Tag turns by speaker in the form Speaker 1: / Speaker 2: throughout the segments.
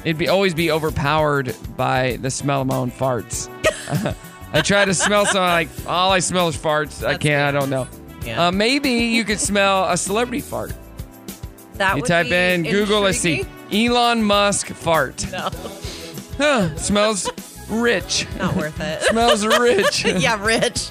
Speaker 1: It'd be always be overpowered by the smell of my own farts. I try to smell something like all I smell is farts. I can't. I don't know.
Speaker 2: Yeah.
Speaker 1: Uh, maybe you could smell a celebrity fart.
Speaker 2: That
Speaker 1: You
Speaker 2: would
Speaker 1: type
Speaker 2: be
Speaker 1: in Google. Let's see.
Speaker 2: intriguing.
Speaker 1: Elon Musk fart.
Speaker 2: No,
Speaker 1: Huh, smells rich.
Speaker 2: not worth it.
Speaker 1: Smells rich.
Speaker 2: yeah, Rich.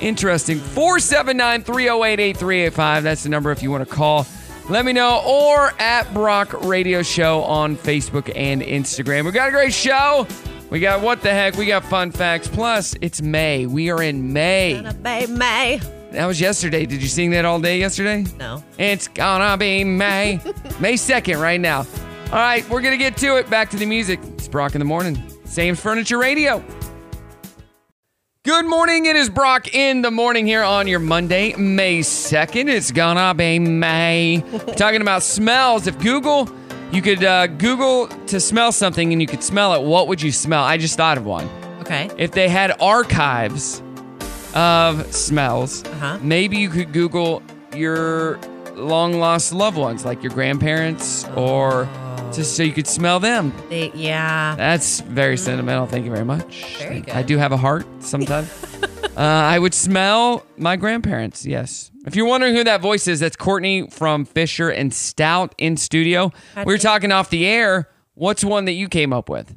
Speaker 1: Interesting. 479 308 8385. That's the number if you want to call. Let me know. Or at Brock Radio Show on Facebook and Instagram. We got a great show. We got what the heck? We got fun facts. Plus, it's May. We are in May.
Speaker 2: May, May.
Speaker 1: That was yesterday. Did you sing that all day yesterday?
Speaker 2: No.
Speaker 1: It's gonna be May. May 2nd, right now. All right, we're gonna get to it. Back to the music. It's Brock in the morning. Sam's Furniture Radio. Good morning. It is Brock in the morning here on your Monday, May 2nd. It's gonna be May. Talking about smells. If Google, you could uh, Google to smell something and you could smell it, what would you smell? I just thought of one
Speaker 2: Okay.
Speaker 1: if they had archives of smells,
Speaker 2: Uh-huh.
Speaker 1: maybe you could Google your long lost loved ones, like your grandparents, or
Speaker 2: Oh.
Speaker 1: just so you could smell them.
Speaker 2: They, yeah.
Speaker 1: That's very sentimental. Thank you very much.
Speaker 2: Very good.
Speaker 1: I do have a heart sometimes. uh, I would smell my grandparents. Yes. If you're wondering who that voice is, that's Courtney from Fisher and Stout in studio. We were talking off the air. What's one that you came up with?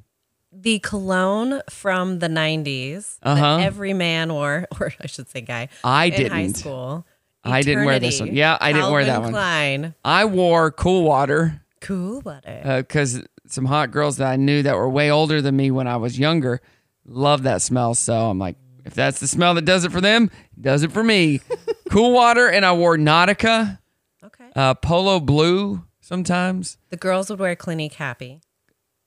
Speaker 2: The cologne from the 90s
Speaker 1: Uh-huh.
Speaker 2: that every man wore, or I should say guy.
Speaker 1: I
Speaker 2: in High
Speaker 1: didn't.
Speaker 2: school.
Speaker 1: I didn't wear this
Speaker 2: Eternity.
Speaker 1: one. Yeah, I didn't wear that
Speaker 2: Calvin
Speaker 1: one.
Speaker 2: Klein.
Speaker 1: I wore cool water
Speaker 2: Cool water.
Speaker 1: Uh, because some hot girls that I knew that were way older than me when I was younger loved that smell. So I'm like, if that's the smell that does it for them, it does it for me. cool water, and I wore Nautica,
Speaker 2: okay.
Speaker 1: uh, Polo Blue, sometimes.
Speaker 2: The girls would wear Clinique Happy.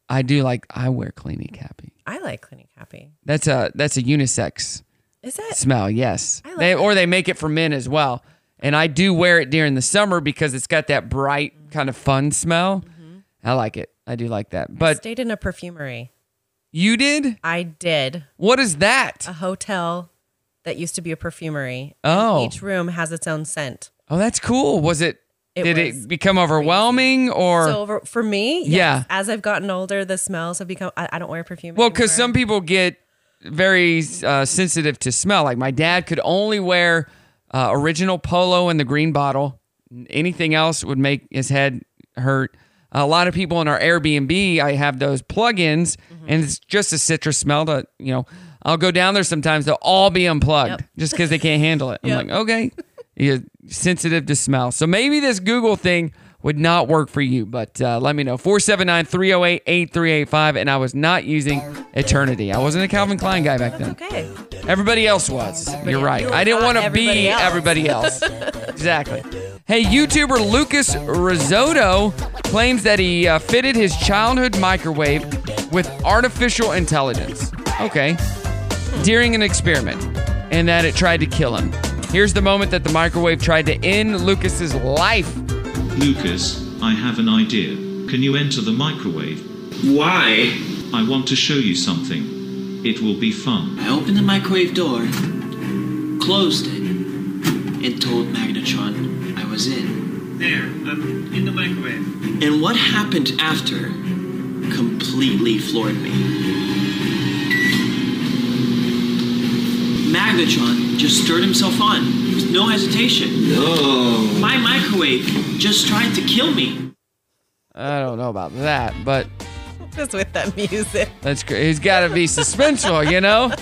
Speaker 1: I do like I wear Clinique Happy.
Speaker 2: I like Clinique Happy.
Speaker 1: That's a that's a unisex
Speaker 2: Is it?
Speaker 1: smell. Yes,
Speaker 2: I like
Speaker 1: they
Speaker 2: it.
Speaker 1: or they make it for men as well. And I do wear it during the summer because it's got that bright kind of fun smell.
Speaker 2: Mm-hmm.
Speaker 1: I like it. I do like that. But
Speaker 2: Stayed in a perfumery.
Speaker 1: you did?
Speaker 2: I did
Speaker 1: What is that?
Speaker 2: a hotel that used to be a perfumery.
Speaker 1: Oh.
Speaker 2: Each room has its own scent.
Speaker 1: Oh, that's cool. Was it?
Speaker 2: It
Speaker 1: did
Speaker 2: was
Speaker 1: it become overwhelming or?
Speaker 2: So over, for me, yes,
Speaker 1: Yeah.
Speaker 2: As I've gotten older, the smells have become. I, I don't wear perfume.
Speaker 1: well, because
Speaker 2: anymore.
Speaker 1: some people get very uh, sensitive to smell. Like my dad could only wear uh, original polo in the green bottle. Anything else would make his head hurt. A lot of people in our Airbnb, I have those plug-ins,
Speaker 2: Mm-hmm.
Speaker 1: and it's just a citrus smell. To you know, I'll go down there sometimes. They'll all be unplugged
Speaker 2: Yep.
Speaker 1: just because they can't handle it. I'm like, okay, you're sensitive to smell. So maybe this Google thing would not work for you, but uh, let me know. 479 308 8385. And I was not using Eternity. I wasn't a Calvin Klein guy back then.
Speaker 2: okay.
Speaker 1: Everybody else was. You're right.
Speaker 2: you
Speaker 1: I didn't
Speaker 2: were
Speaker 1: want to
Speaker 2: not
Speaker 1: be everybody
Speaker 2: everybody
Speaker 1: else. exactly. Hey, YouTuber Lucas Risotto claims that he uh, fitted his childhood microwave with artificial intelligence. Okay. During an experiment, and that it tried to kill him. Here's the moment that the microwave tried to end Lucas's life.
Speaker 3: Lucas, I have an idea. Can you enter the microwave?
Speaker 4: Why?
Speaker 3: I want to show you something. It will be fun.
Speaker 4: I opened the microwave door, closed it, and told Magnetron I was in.
Speaker 5: There, I'm in the microwave.
Speaker 4: And what happened after completely floored me. Magnetron just stirred himself on with no hesitation.
Speaker 5: No.
Speaker 4: My microwave just tried to kill me.
Speaker 1: I don't know about that, but
Speaker 2: Just with that music.
Speaker 1: That's great. He's got to be suspenseful, you know?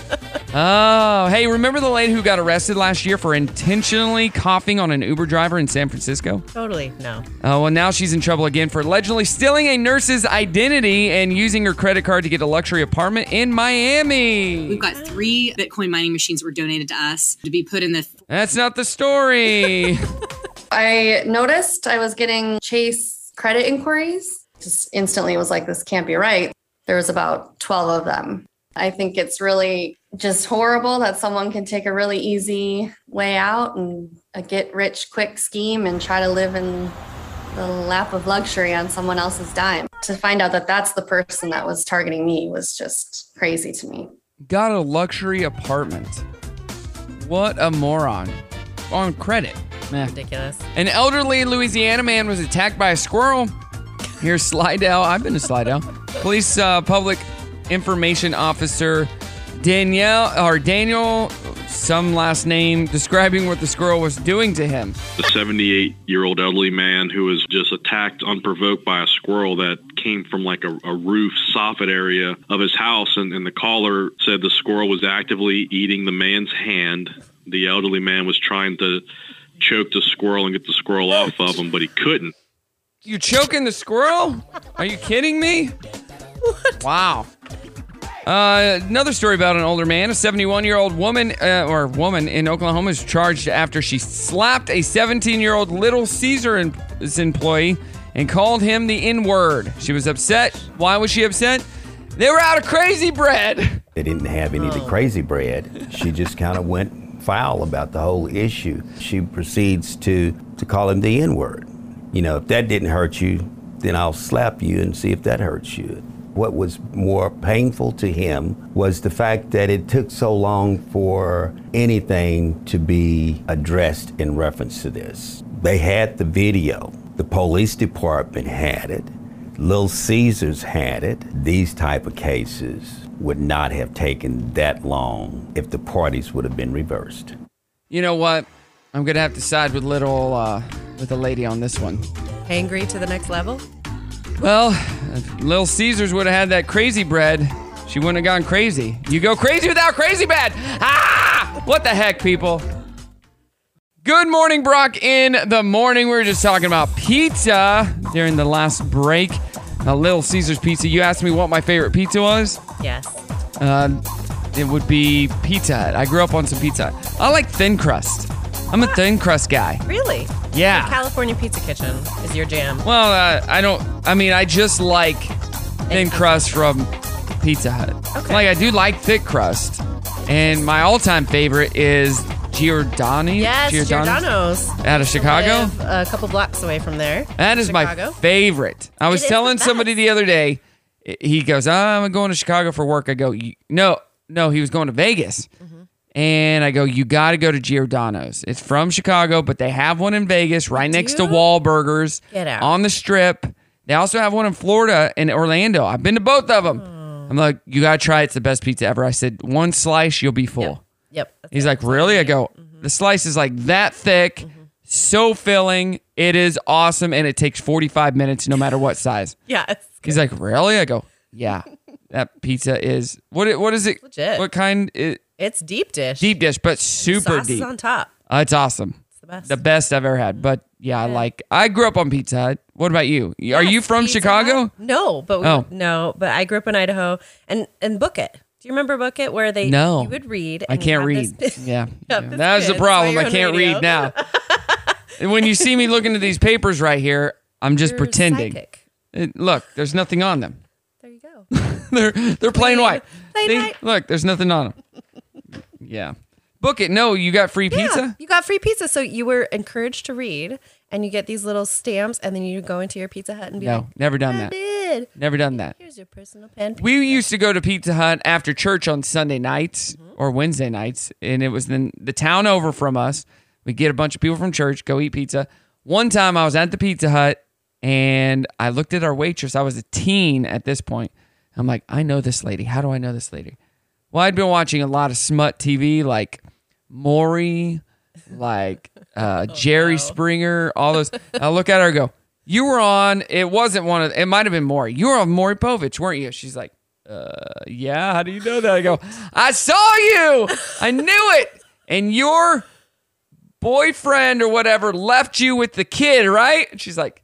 Speaker 1: Oh, hey, remember the lady who got arrested last year for intentionally coughing on an Uber driver in San Francisco?
Speaker 2: Totally no.
Speaker 1: Uh, well, now she's in trouble again for allegedly stealing a nurse's identity and using her credit card to get a luxury apartment in Miami.
Speaker 6: We've got three Bitcoin mining machines were donated to us to be put in the
Speaker 1: That's not the story.
Speaker 7: I noticed I was getting Chase credit inquiries. Just instantly was like, this can't be right. There was about 12 of them. I think it's really just horrible that someone can take a really easy way out and a get rich quick scheme and try to live in the lap of luxury on someone else's dime. To find out that that's the person that was targeting me was just crazy to me.
Speaker 1: got a luxury apartment. What a moron. On credit. Meh.
Speaker 2: Ridiculous.
Speaker 1: An elderly Louisiana man was attacked by a squirrel. Here's Slidell. I've been to Slidell. Police uh, public information officer Danielle or Daniel, some last name, describing what the squirrel was doing to him.
Speaker 8: a 78 year old elderly man who was just attacked unprovoked by a squirrel that came from like a, a roof soffit area of his house. And, and the caller said the squirrel was actively eating the man's hand. The elderly man was trying to choke the squirrel and get the squirrel off of him, but he couldn't.
Speaker 1: You choking the squirrel? Are you kidding me? Wow. Uh, another story about an older man. A 71 year old woman uh, or woman in Oklahoma is charged after she slapped a 17 year old Little Caesar em- employee and called him the N word. She was upset. Why was she upset? They were out of crazy bread.
Speaker 9: They didn't have any of the crazy bread. She just kind of went foul about the whole issue. She proceeds to, to call him the N word. You know, if that didn't hurt you, then I'll slap you and see if that hurts you. What was more painful to him was the fact that it took so long for anything to be addressed in reference to this. They had the video, the police department had it. Little Caesars had it. These type of cases would not have taken that long if the parties would have been reversed.
Speaker 1: You know what? I'm going to have to side with little, uh, with the lady on this one.
Speaker 2: Angry to the next level.
Speaker 1: Well, if Little Caesars would have had that crazy bread, she wouldn't have gone crazy. You go crazy without crazy bread. Ah! What the heck, people? Good morning, Brock. In the morning, we were just talking about pizza during the last break. A Little Caesars pizza. You asked me what my favorite pizza was.
Speaker 2: Yes.
Speaker 1: Uh, it would be Pizza Hut. I grew up on some Pizza Hut. I like thin crust. I'm a thin crust guy.
Speaker 2: Really?
Speaker 1: Yeah.
Speaker 2: So California Pizza Kitchen is your jam.
Speaker 1: Well, uh, I don't. I mean, I just like thin crust from Pizza Hut.
Speaker 2: Okay.
Speaker 1: Like I do like thick crust, and my all-time favorite is Giordani.
Speaker 2: Yes, Giordano's.
Speaker 1: Out of Chicago.
Speaker 2: Live A couple blocks away from there.
Speaker 1: That is my
Speaker 2: Chicago.
Speaker 1: favorite. I was
Speaker 2: is the
Speaker 1: telling somebody the other day. i- He goes, "Oh, "I'm going to Chicago for work." I go, "You- "No, no." He was going to Vegas,
Speaker 2: Mm-hmm.
Speaker 1: and I go, "You got to go to Giordano's. It's from Chicago, but they have one in Vegas, right next to
Speaker 2: do?
Speaker 1: Wahlburgers,
Speaker 2: Get out.
Speaker 1: on the Strip. They also have one in Florida and Orlando. I've been to both of them.
Speaker 2: Oh.
Speaker 1: I'm like, you got to try. it. It's the best pizza ever. I said, one slice, you'll be full."
Speaker 2: Yep.
Speaker 1: He's like, really? I go,
Speaker 2: Mm-hmm.
Speaker 1: the slice is like that thick, so filling. It is awesome, and it takes 45 minutes no matter what size.
Speaker 2: Yes.
Speaker 1: He's like, really? I go, yeah. That pizza is what? it- What is it?
Speaker 2: Legit.
Speaker 1: What kind? It,
Speaker 2: It's deep dish.
Speaker 1: deep dish, but super
Speaker 2: Sauce
Speaker 1: deep.
Speaker 2: is on top.
Speaker 1: Uh, it's awesome. It's
Speaker 2: the best. Mm-hmm.
Speaker 1: The best I've ever had. But yeah, I like. I grew up on Pizza Hut. What about you? Are you from Chicago?
Speaker 2: No, but we,
Speaker 1: Oh.
Speaker 2: no, but I grew up in Idaho and and Book It. Do you remember Book It where they
Speaker 1: No.
Speaker 2: you would read?
Speaker 1: I
Speaker 2: and you
Speaker 1: can't
Speaker 2: have
Speaker 1: read.
Speaker 2: this-
Speaker 1: yeah.
Speaker 2: have
Speaker 1: Yeah,
Speaker 2: this
Speaker 1: That was the
Speaker 2: kid. That's why
Speaker 1: problem.
Speaker 2: you're
Speaker 1: I
Speaker 2: on
Speaker 1: can't
Speaker 2: radio.
Speaker 1: read now. And when you see me looking at these papers right here, I'm just
Speaker 2: You're
Speaker 1: pretending.
Speaker 2: psychic.
Speaker 1: It- Eh, look, there's nothing on them. There you go. they're they're plain white.
Speaker 2: plain
Speaker 1: See?
Speaker 2: white.
Speaker 1: Look, there's nothing on them. Yeah. Book it. No, you got free
Speaker 2: Yeah,
Speaker 1: pizza.
Speaker 2: you got free pizza, so you were encouraged to read, and you get these little stamps, and then you go into your Pizza Hut and be like,
Speaker 1: No, never done
Speaker 2: "I
Speaker 1: that.
Speaker 2: did."
Speaker 1: Never done that.
Speaker 2: Here's your personal pen.
Speaker 1: We used to go to Pizza Hut after church on Sunday nights or Wednesday nights, and it was in the town over from us. We get a bunch of people from church, go eat pizza. One time I was at the Pizza Hut and I looked at our waitress. I was a teen at this point. I'm like, I know this lady. How do I know this lady? Well, I'd been watching a lot of smut TV like Maury, like uh, Jerry Springer, all those. I look at her and go, You were on, it wasn't one of, it might have been Maury. You were on Maury Povich, weren't you? She's like, uh, Yeah, how do you know that? I go, I saw you. I knew it. And your boyfriend or whatever left you with the kid, right? And she's like,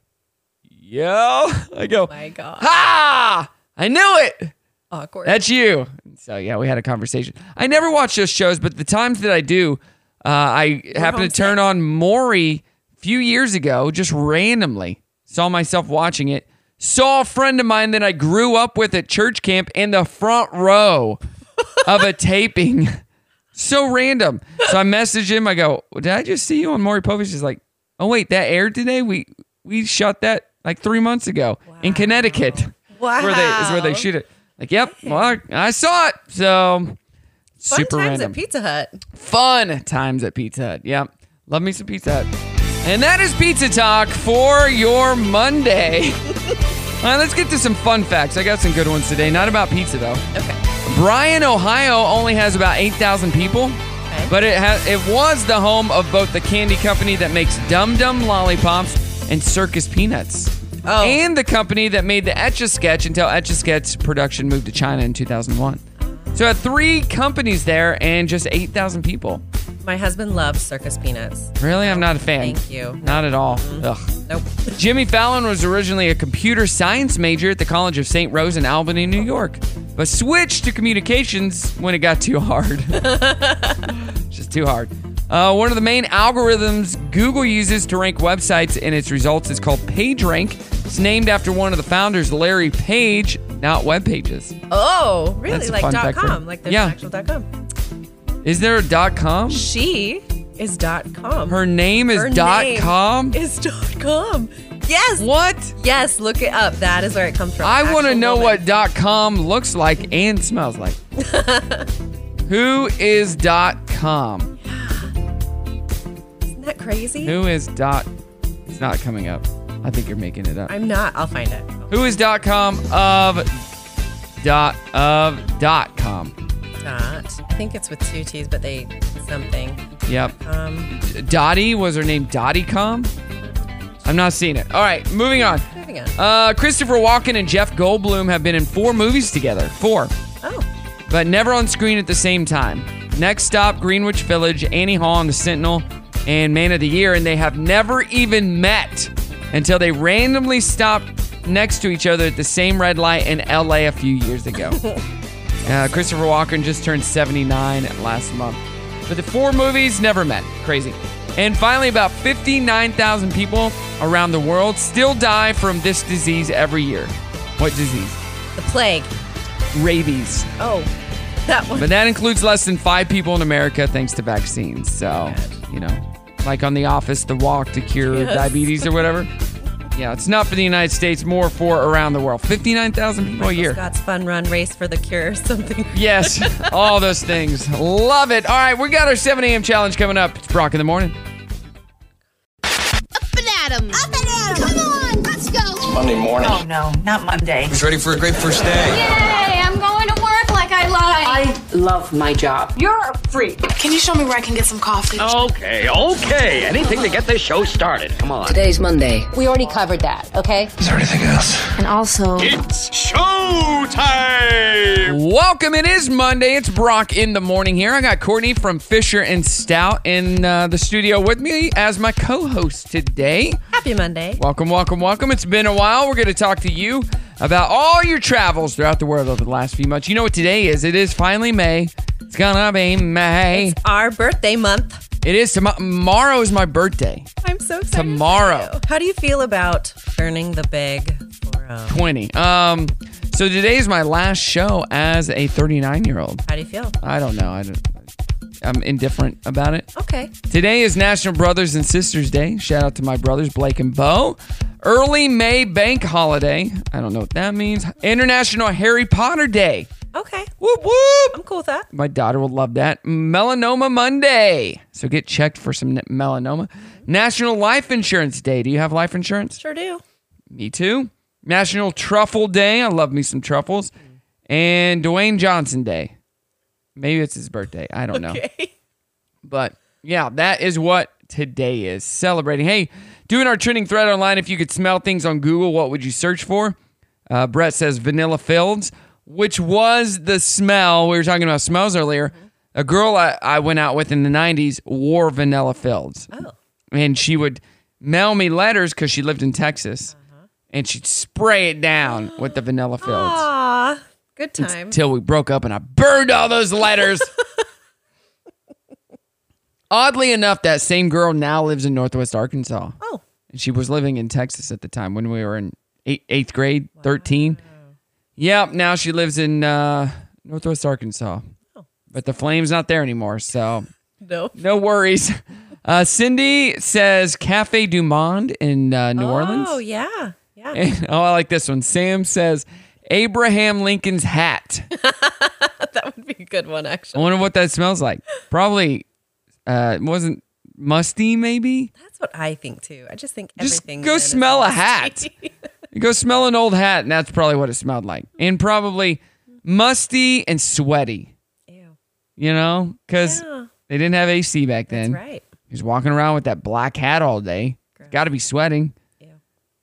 Speaker 1: Yeah. I go,
Speaker 2: Oh My God,
Speaker 1: Ha! I knew it.
Speaker 2: awkward.
Speaker 1: That's you. So yeah, we had a conversation. I never watch those shows, but the times that I do, uh, I happen to turn on Maury a few years ago, just randomly. Saw myself watching it. Saw a friend of mine that I grew up with at church camp in the front row of a taping. So random. So I message him. I go, "Did I just see you on Maury Povich?" He's like, "Oh wait, that aired today. We we shot that like three months ago in Connecticut."
Speaker 2: wow.
Speaker 1: Is where they is where they shoot it. Like, yep, well, I, I saw it. So
Speaker 2: Fun
Speaker 1: super
Speaker 2: times
Speaker 1: random.
Speaker 2: at Pizza Hut.
Speaker 1: Fun times at Pizza Hut. Yep, love me some Pizza Hut. And that is Pizza Talk for your Monday. All right, let's get to some fun facts. I got some good ones today. Not about pizza though.
Speaker 2: Okay.
Speaker 1: Bryan, Ohio only has about 8,000 people, but it ha- it was the home of both the candy company that makes Dum Dum lollipops and Circus Peanuts.
Speaker 2: Oh.
Speaker 1: And the company that made the Etch a Sketch until Etch a Sketch production moved to China in 2001. So it had three companies there and just 8,000 people.
Speaker 2: My husband loves circus peanuts.
Speaker 1: Really? I'm not a fan.
Speaker 2: Thank you. Mm-hmm.
Speaker 1: Not at all. Ugh.
Speaker 2: Nope.
Speaker 1: Jimmy Fallon was originally a computer science major at the College of St. Rose in Albany, New York, but switched to communications when it got too hard. Just too hard. Uh, one of the main algorithms Google uses to rank websites in its results is called PageRank. It's named after one of the founders, Larry Page, not web pages.
Speaker 2: Oh, really?
Speaker 1: That's a
Speaker 2: like
Speaker 1: fun
Speaker 2: dot
Speaker 1: fact for-
Speaker 2: com. Like there's
Speaker 1: Yeah.
Speaker 2: an actual dot com.
Speaker 1: Is there a dot com?
Speaker 2: She is dot com.
Speaker 1: Her name is
Speaker 2: Her
Speaker 1: dot
Speaker 2: name
Speaker 1: com.
Speaker 2: Is dot com. Yes.
Speaker 1: What?
Speaker 2: Yes. Look it up. That is where it comes from.
Speaker 1: I want to
Speaker 2: Actual
Speaker 1: know
Speaker 2: woman.
Speaker 1: what dot com looks like and smells like. Who is dot com?
Speaker 2: Isn't that crazy?
Speaker 1: Who is dot? It's not coming up. I think you're making it up.
Speaker 2: I'm not. I'll find it. Oh,
Speaker 1: Who is dot com of dot of dot com?
Speaker 2: Not. I think it's with two T's, but they something.
Speaker 1: Yep.
Speaker 2: Um,
Speaker 1: Dottie was her name. Dottie com. I'm not seeing it. All right, moving on.
Speaker 2: moving on.
Speaker 1: Uh, Christopher Walken and Jeff Goldblum have been in four movies together. Four.
Speaker 2: Oh,
Speaker 1: but never on screen at the same time. Next stop, Greenwich Village, Annie Hall and the Sentinel, and Man of the Year, and they have never even met until they randomly stopped next to each other at the same red light in LA a few years ago. uh, Christopher Walken just turned 79 last month. But the four movies never met. Crazy. And finally, about 59,000 people around the world still die from this disease every year. What disease?
Speaker 2: The plague.
Speaker 1: Rabies.
Speaker 2: Oh, that one.
Speaker 1: But that includes less than five people in America thanks to vaccines. So, you know, like on The Office, The Walk to Cure
Speaker 2: Yes.
Speaker 1: Diabetes or whatever. Yeah, it's not for the United States, more for around the world. 59,000 people a
Speaker 2: Michael
Speaker 1: year.
Speaker 2: Scott's fun run race for the cure or something.
Speaker 1: Yes, all those things. Love it. All right, we got our 7 a.m. challenge coming up. It's Brock in the morning.
Speaker 10: Up and at 'em. Come on, let's go.
Speaker 11: Monday morning.
Speaker 10: Oh,
Speaker 11: no, not Monday. Who's ready for a great first day?
Speaker 10: Yay, I'm going to work like I like.
Speaker 11: I love my job.
Speaker 10: You're a freak. Can you show me where I can get some coffee?
Speaker 11: Okay, okay. Anything to get this show started. Come on.
Speaker 12: Today's Monday. We already covered that, okay? Is there anything else? And also.
Speaker 1: It's showtime! Welcome. It is Monday. It's Brock in the morning here. I got Courtney from Fisher and Stout in uh, the studio with me as my co host today.
Speaker 2: Happy Monday.
Speaker 1: Welcome, welcome, welcome. It's been a while. We're going to talk to you about all your travels throughout the world over the last few months. You know what today is? It is finally May. It's going to be May. It's
Speaker 2: our birthday month.
Speaker 1: It is. Tomo- Tomorrow is my birthday.
Speaker 2: I'm so excited.
Speaker 1: Tomorrow.
Speaker 2: How do you feel about earning the big oh?
Speaker 1: 20. Um, so today is my last show as a 39 year old.
Speaker 2: How do you feel?
Speaker 1: I don't know. I don't, I'm indifferent about it.
Speaker 2: Okay.
Speaker 1: Today is National Brothers and Sisters Day. Shout out to my brothers, Blake and Bo. Early May Bank Holiday. I don't know what that means. International Harry Potter Day.
Speaker 2: Okay.
Speaker 1: Whoop whoop. I'm
Speaker 2: cool with that.
Speaker 1: My daughter will love that. Melanoma Monday. So get checked for some n- melanoma. National Life Insurance Day. Do you have life insurance?
Speaker 2: Sure do.
Speaker 1: Me too. National Truffle Day. I love me some truffles. And Dwayne Johnson Day. Maybe it's his birthday. I don't know. But yeah, that is what today is celebrating. Hey, doing our trending thread online. If you could smell things on Google, what would you search for? Uh, Brett says vanilla fields, which was the smell we were talking about smells earlier. A girl I, I went out with in the 90s wore vanilla fields. Oh. And she would mail me letters because she lived in Texas. And she'd spray it down with the vanilla fields
Speaker 2: Aw, good time.
Speaker 1: until we broke up and I burned all those letters. Oddly enough, that same girl now lives in Northwest Arkansas.
Speaker 2: Oh.
Speaker 1: And she was living in Texas at the time when we were in eight, eighth grade, 13. Yep. Now she lives in uh, Northwest Arkansas.
Speaker 2: Oh.
Speaker 1: But the flame's not there anymore. So
Speaker 2: no,
Speaker 1: no worries. Uh, Cindy says Cafe Du Monde in uh, New Orleans.
Speaker 2: Oh, yeah. Yeah.
Speaker 1: And- oh, I like this one. Sam says Abraham Lincoln's hat.
Speaker 2: that would be a good one,
Speaker 1: I
Speaker 2: actually.
Speaker 1: wonder what that smells like. Probably uh, it wasn't musty, maybe.
Speaker 2: That's what I think, too. I just think
Speaker 1: Just
Speaker 2: everything.
Speaker 1: go
Speaker 2: then is
Speaker 1: smell a
Speaker 2: nasty.
Speaker 1: hat. You go smell an old hat, and that's probably what it smelled like. And probably musty and sweaty. Ew. You know, because
Speaker 2: Yeah.
Speaker 1: they didn't have AC back then.
Speaker 2: right.
Speaker 1: He's walking around with that black hat all day. Got to be sweating. Yeah.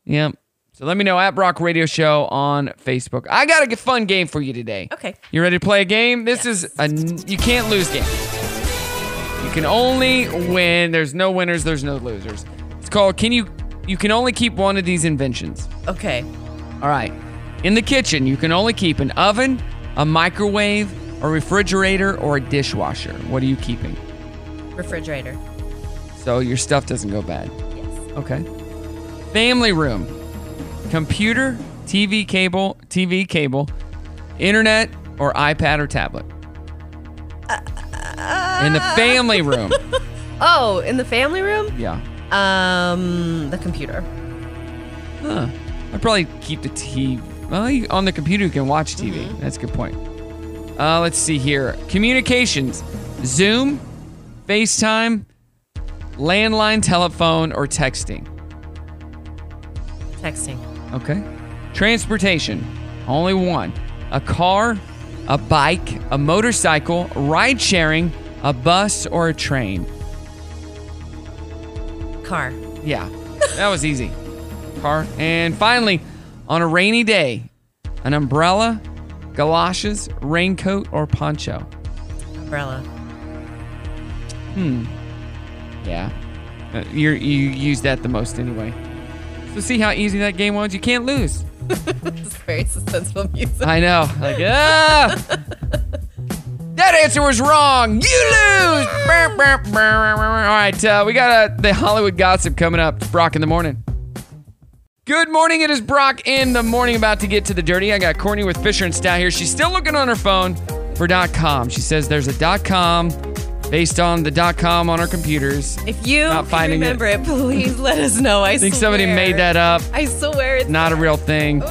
Speaker 1: Yep. So let me know at Brock Radio Show on Facebook. I got a g- fun game for you today.
Speaker 2: Okay.
Speaker 1: You ready to play a game? This is a n- you can't lose game. You can only win. There's no winners. There's no losers. It's called can you you can only keep one of these inventions.
Speaker 2: Okay.
Speaker 1: All right. In the kitchen, you can only keep an oven, a microwave, a refrigerator, or a dishwasher. What are you keeping?
Speaker 2: Refrigerator.
Speaker 1: So your stuff doesn't go bad. Yes. Okay. Family room. Computer, TV cable, TV cable, internet, or iPad or tablet. In the family room.
Speaker 2: Oh, in the family room?
Speaker 1: Yeah.
Speaker 2: Um, the computer.
Speaker 1: Huh. I'd probably keep the TV. Well, you- on the computer, you can watch TV. That's a good point. Uh, let's see here. Communications Zoom, FaceTime, landline telephone, or texting.
Speaker 2: Texting.
Speaker 1: Okay. Transportation, only one. A car, a bike, a motorcycle, ride sharing, a bus, or a train.
Speaker 2: Car.
Speaker 1: Yeah, that was easy. Car. And finally, on a rainy day, an umbrella, galoshes, raincoat, or poncho.
Speaker 2: Umbrella.
Speaker 1: Hmm. Yeah. Uh, you're, you use that the most anyway. So see how easy that game was? You can't lose.
Speaker 2: It's very suspenseful music.
Speaker 1: I know. Like, ah! That answer was wrong. You lose. Brr, brr, brr, brr, brr. All right, uh, we got uh, the Hollywood gossip coming up. It's Brock in the morning. Good morning. It is Brock in the morning. About to get to the dirty. I got Courtney with Fisher and Stout here. She's still looking on her phone for .com. She says there's a .com based on the .com on her computers.
Speaker 2: If you
Speaker 1: Not
Speaker 2: can
Speaker 1: finding
Speaker 2: remember it. please let us know. I
Speaker 1: think somebody made that up.
Speaker 2: I swear it's
Speaker 1: Not a real thing.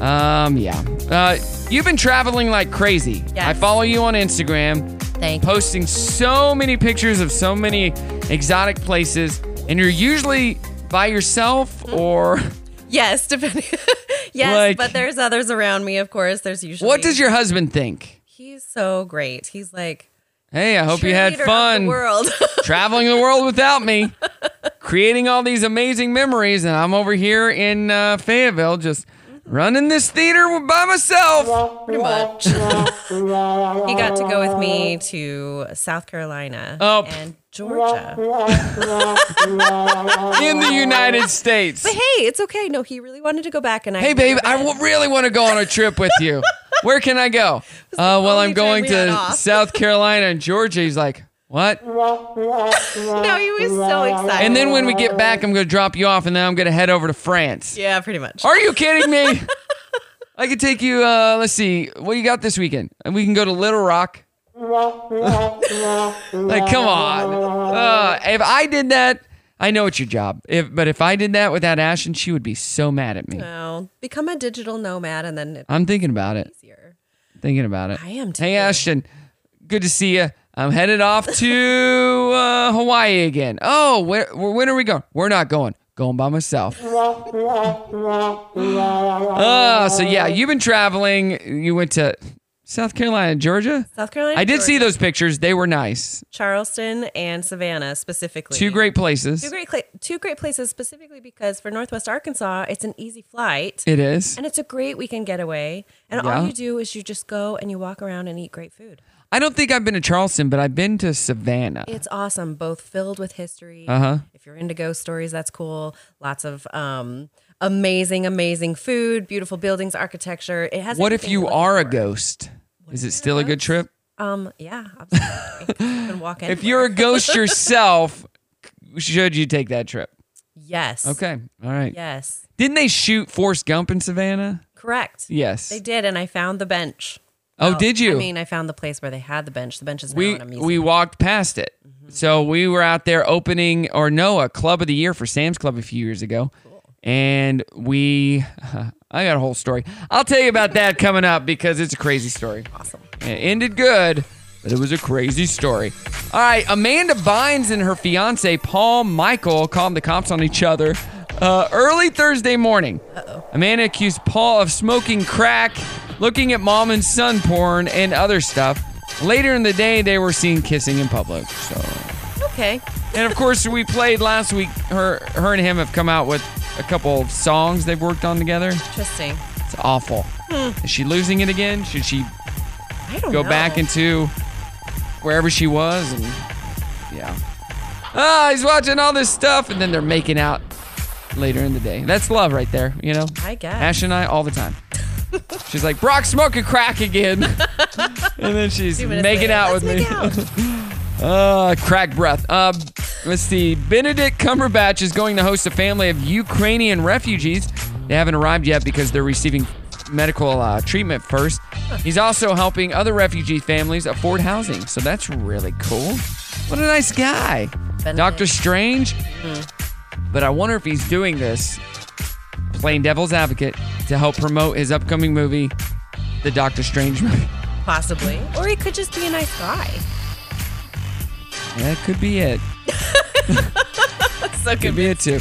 Speaker 1: Um, yeah. Uh, you've been traveling like crazy.
Speaker 2: Yes.
Speaker 1: I follow you on Instagram.
Speaker 2: Thank
Speaker 1: Posting so many pictures of so many exotic places, and you're usually by yourself
Speaker 2: Mm-hmm.
Speaker 1: or
Speaker 2: Yes, depending. yes,
Speaker 1: Like-
Speaker 2: but there's others around me, of course. There's usually.
Speaker 1: what does your husband think?
Speaker 2: He's so great. He's like,
Speaker 1: Hey, I hope you had
Speaker 2: Cheerleader of
Speaker 1: fun
Speaker 2: the world.
Speaker 1: traveling the world without me, creating all these amazing memories, and I'm over here in uh, Fayetteville just
Speaker 2: Mm-hmm.
Speaker 1: running this theater by myself.
Speaker 2: Pretty much. he got to go with me to South Carolina
Speaker 1: Oh.
Speaker 2: and Georgia.
Speaker 1: In the United States.
Speaker 2: But hey, it's okay. No, he really wanted to go back, and I.
Speaker 1: Hey, babe, I w- really want to go on a trip with you. Where can I go? Uh, well, I'm
Speaker 2: time
Speaker 1: going
Speaker 2: we had
Speaker 1: to
Speaker 2: off.
Speaker 1: South Carolina and Georgia. He's like, what?
Speaker 2: no, he was so excited.
Speaker 1: And then when we get back, I'm going to drop you off and then I'm going to head over to France.
Speaker 2: Yeah, pretty much.
Speaker 1: Are you kidding me? I could take you, uh, let's see, what you got this weekend? And we can go to Little Rock. Like, come on. Uh, if I did that, I know it's your job. If, but if I did that without Ashton, she would be so mad at me.
Speaker 2: No, become a digital nomad, and then
Speaker 1: I'm thinking about it. Thinking about it. I am too. Hey, Ashton, good to see you. I'm headed off to uh, Hawaii again. Oh, where, where- when are we going? We're not going. Going by myself. Oh, so yeah, you've been traveling. You went to South Carolina, Georgia.
Speaker 2: South Carolina,
Speaker 1: I did see
Speaker 2: Georgia.
Speaker 1: those pictures. They were nice.
Speaker 2: Charleston and Savannah specifically.
Speaker 1: Two great places.
Speaker 2: Two great, cla two great places specifically because for Northwest Arkansas, it's an easy flight.
Speaker 1: It is.
Speaker 2: and it's a great weekend getaway. And
Speaker 1: Yeah.
Speaker 2: all you do is you just go and you walk around and eat great food.
Speaker 1: I don't think I've been to Charleston, but I've been to Savannah.
Speaker 2: It's awesome, both filled with history.
Speaker 1: Uh huh.
Speaker 2: If you're into ghost stories, that's cool. Lots of um, amazing, amazing food, beautiful buildings, architecture. It has.
Speaker 1: What if
Speaker 2: everything
Speaker 1: you
Speaker 2: look-
Speaker 1: are a ghost? Is it still a good trip?
Speaker 2: Um. Yeah. Absolutely. you can walk in.
Speaker 1: If you're a ghost yourself, should you take that trip?
Speaker 2: Yes.
Speaker 1: Okay. All right.
Speaker 2: Yes.
Speaker 1: Didn't they shoot Forrest Gump in Savannah?
Speaker 2: Correct.
Speaker 1: Yes.
Speaker 2: They did, and I found the bench.
Speaker 1: Oh, did you?
Speaker 2: I mean, I found the place where they had the bench. The bench is now
Speaker 1: we
Speaker 2: in a museum.
Speaker 1: we walked past it.
Speaker 2: Mm-hmm.
Speaker 1: So we were out there opening or no, a club of the year for Sam's Club a few years ago. And we I got a whole story. I'll tell you about that coming up because it's a crazy story.
Speaker 2: Awesome.
Speaker 1: It ended good, but it was a crazy story. All right, Amanda Bynes and her fiance Paul Michael called the cops on each other uh, early Thursday morning. Uh-oh. Amanda accused Paul of smoking crack, looking at mom and son porn, and other stuff. Later in the day, they were seen kissing in public. So,
Speaker 2: okay.
Speaker 1: and of course, we played last week. Her, her and him have come out with a couple of songs they've worked on together.
Speaker 2: Interesting.
Speaker 1: It's awful.
Speaker 2: Hmm.
Speaker 1: Is she losing it again? Should she
Speaker 2: I don't
Speaker 1: go
Speaker 2: know.
Speaker 1: back into wherever she was and yeah ah he's watching all this stuff and then they're making out later in the day that's love right there you know
Speaker 2: I guess.
Speaker 1: ash and i all the time she's like brock smoking crack again and then she's
Speaker 2: Two minutes
Speaker 1: making
Speaker 2: later,
Speaker 1: out
Speaker 2: "Let's
Speaker 1: with
Speaker 2: make
Speaker 1: me uh crack breath uh let's see benedict cumberbatch is going to host a family of ukrainian refugees they haven't arrived yet because they're receiving medical uh, treatment first he's also helping other refugee families afford housing so that's really cool what a nice guy dr strange but I wonder if he's doing this, playing devil's advocate, to help promote his upcoming movie, the Doctor Strange movie.
Speaker 2: Possibly. Or he could just be a nice guy.
Speaker 1: That could be it.
Speaker 2: so
Speaker 1: could be it too.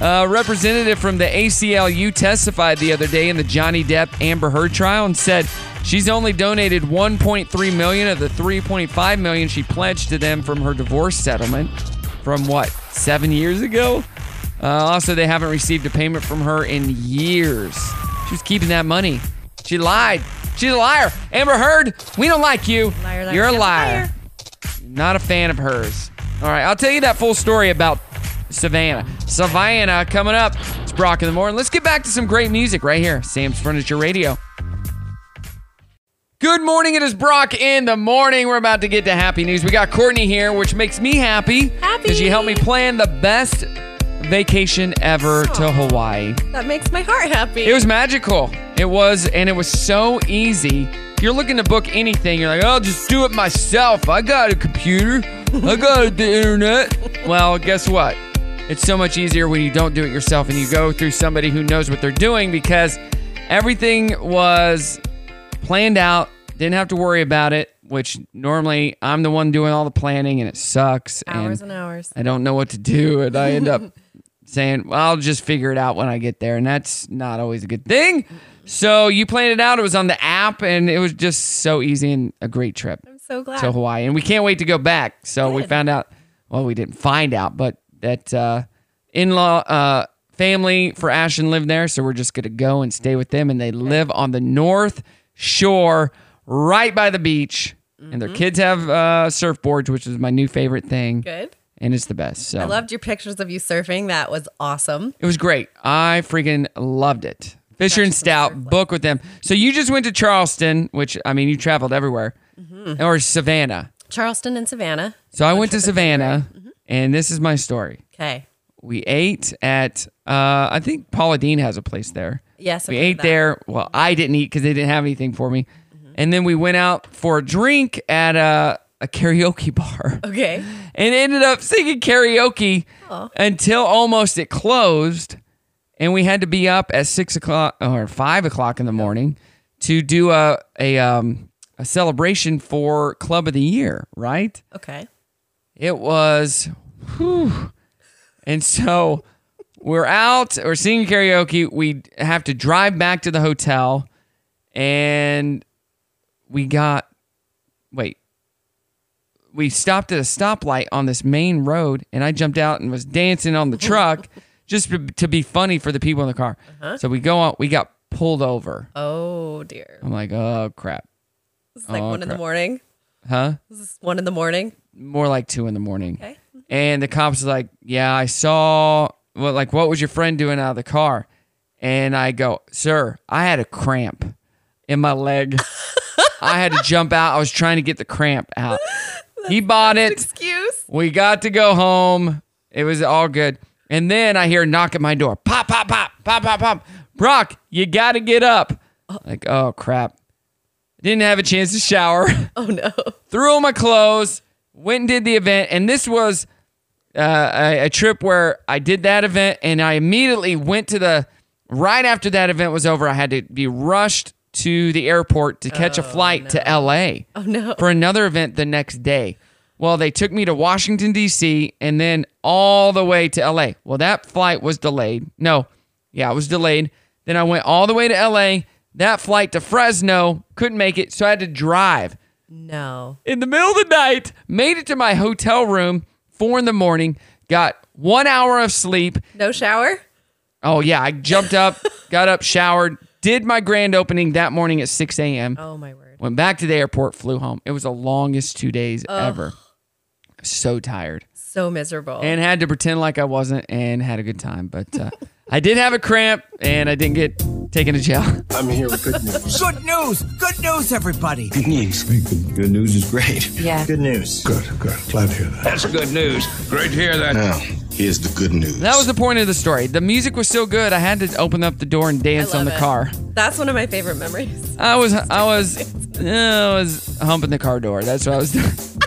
Speaker 1: A representative from the ACLU testified the other day in the Johnny Depp Amber Heard trial and said she's only donated 1.3 million of the 3.5 million she pledged to them from her divorce settlement from what seven years ago. Uh, also, they haven't received a payment from her in years. She was keeping that money. She lied. She's a liar. Amber Heard, we don't like you.
Speaker 2: liar,
Speaker 1: You're a
Speaker 2: Amber,
Speaker 1: liar. Not a fan of hers. All right, I'll tell you that full story about Savannah. Savannah coming up. It's Brock in the morning. Let's get back to some great music right here. Sam's Furniture Radio. Good morning. It is Brock in the morning. We're about to get to happy news. We got Courtney here, which makes me happy. Happy. Because she helped me plan the best vacation ever to Hawaii.
Speaker 2: That makes my heart happy.
Speaker 1: It was magical. It was, and it was so easy. If You're looking to book anything, you're like, I'll just do it myself. I got a computer, I got the internet. Well, guess what? It's so much easier when you don't do it yourself and you go through somebody who knows what they're doing because everything was planned out, didn't have to worry about it, which normally I'm the one doing all the planning and it sucks.
Speaker 2: Hours and hours.
Speaker 1: I don't know what to do, and I end up saying, well, "I'll just figure it out when I get there," and that's not always a good thing. So you planned it out. It was on the app, and it was just so easy and a great trip. I'm
Speaker 2: so glad.
Speaker 1: to Hawaii, and we can't wait to go back. So we
Speaker 2: Good.
Speaker 1: found out. Well, we didn't find out, but that uh, in-law uh, family for Ashton lived there, so we're just gonna go and stay with them, and they live on the north shore, right by the beach. And
Speaker 2: Mm-hmm.
Speaker 1: their kids have uh, surfboards, which is my new favorite thing.
Speaker 2: Good.
Speaker 1: And it's the best. So
Speaker 2: I loved your pictures of you surfing. That was awesome.
Speaker 1: it was great. I freaking loved it. Fisher and Stout, book with them. So you just went to Charleston, which I mean, you traveled everywhere,
Speaker 2: Mm-hmm.
Speaker 1: or Savannah.
Speaker 2: Charleston and Savannah.
Speaker 1: So I went to Savannah,
Speaker 2: Mm-hmm.
Speaker 1: and this is my story.
Speaker 2: Okay.
Speaker 1: We ate at, uh, I think Paula Dean has a place there.
Speaker 2: Yes, I've
Speaker 1: We
Speaker 2: heard of
Speaker 1: ate
Speaker 2: that. Mm-hmm.
Speaker 1: there. Well, I didn't eat because they didn't have anything for me. And then we went out for a drink at a, a karaoke bar
Speaker 2: Okay.
Speaker 1: and ended up singing karaoke
Speaker 2: Oh.
Speaker 1: until almost it closed, and we had to be up at six o'clock or five o'clock in the morning to do a a um a celebration for Club of the Year, right?
Speaker 2: Okay.
Speaker 1: It was, whew. and so we're out, we're singing karaoke. We have to drive back to the hotel, and we got wait we stopped at a stoplight on this main road and I jumped out and was dancing on the truck just to, to be funny for the people in the car.
Speaker 2: Uh-huh.
Speaker 1: So we go on, we got pulled over.
Speaker 2: Oh dear.
Speaker 1: I'm like, oh crap.
Speaker 2: It's like
Speaker 1: one
Speaker 2: one in the morning.
Speaker 1: Oh, Huh?
Speaker 2: This is one in the morning.
Speaker 1: More like two in the morning. Okay. And the cops are like, yeah, I saw, well, like, what was your friend doing out of the car? And I go, sir, I had a cramp in my leg. I had to jump out. I was trying to get the cramp out. He bought it.
Speaker 2: Excuse.
Speaker 1: We got to go home. It was all good. And then I hear a knock at my door. Pop, pop, pop, pop, pop, pop. Brock, you got to get up. Like, oh, crap. Didn't have a chance to shower.
Speaker 2: Oh no.
Speaker 1: Threw on my clothes, went and did the event. And this was uh, a, a trip where I did that event and I immediately went to the, right after that event was over, I had to be rushed to the airport to catch a flight to LA
Speaker 2: Oh no.
Speaker 1: for another event the next day. Well, they took me to Washington, D.C., and then all the way to L.A. Well, that flight was delayed. No, yeah, it was delayed. Then I went all the way to L.A., that flight to Fresno, couldn't make it, so I had to drive.
Speaker 2: No.
Speaker 1: In the middle of the night, made it to my hotel room, four in the morning, got one hour of sleep.
Speaker 2: No shower?
Speaker 1: Oh, yeah, I jumped up, got up, showered, did my grand opening that morning at 6 a.m.
Speaker 2: Oh my word.
Speaker 1: Went back to the airport, flew home. It was the longest two days
Speaker 2: Ugh.
Speaker 1: ever. So tired.
Speaker 2: So miserable.
Speaker 1: And had to pretend like I wasn't and had a good time. But uh, I did have a cramp and I didn't get taken to jail.
Speaker 13: I'm here with good news. Good news. Good news, everybody. Good news. Good, news is great.
Speaker 12: Yeah.
Speaker 13: Good news. Good, good. Glad to hear that. That's good news. Great to hear that. Now, here's the good news.
Speaker 1: That was the point of the story. The music was so good, I had to open up the door and dance on
Speaker 2: love
Speaker 1: the
Speaker 2: it.
Speaker 1: car.
Speaker 2: That's one of my favorite memories.
Speaker 1: I was, I was, I was humping the car door. That's what I was doing.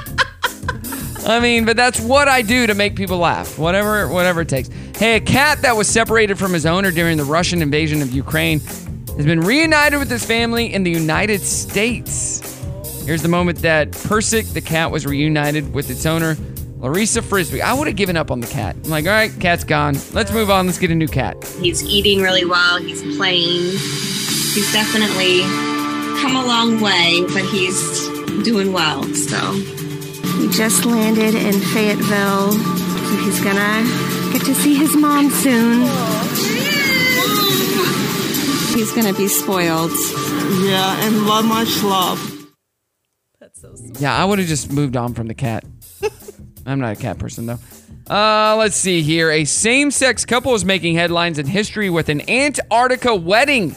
Speaker 1: I mean, but that's what I do to make people laugh. Whatever, whatever it takes. Hey, a cat that was separated from his owner during the Russian invasion of Ukraine has been reunited with his family in the United States. Here's the moment that Persic, the cat, was reunited with its owner, Larissa Frisbee. I would have given up on the cat. I'm like, all right, cat's gone. Let's move on. Let's get a new cat.
Speaker 14: He's eating really well. He's playing. He's definitely come a long way, but he's doing well. So
Speaker 15: He just landed in Fayetteville, so he's gonna get to see his mom soon.
Speaker 16: He's gonna be spoiled. Yeah, and love much love.
Speaker 1: Yeah, I would have just moved on from the cat. I'm not a cat person though. Uh, let's see here. A same-sex couple is making headlines in history with an Antarctica wedding.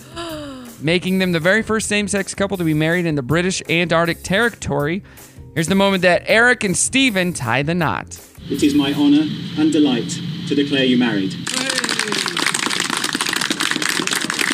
Speaker 1: making them the very first same sex couple to be married in the British Antarctic Territory. Here's the moment that Eric and Stephen tie the knot.
Speaker 17: It is my honor and delight to declare you married.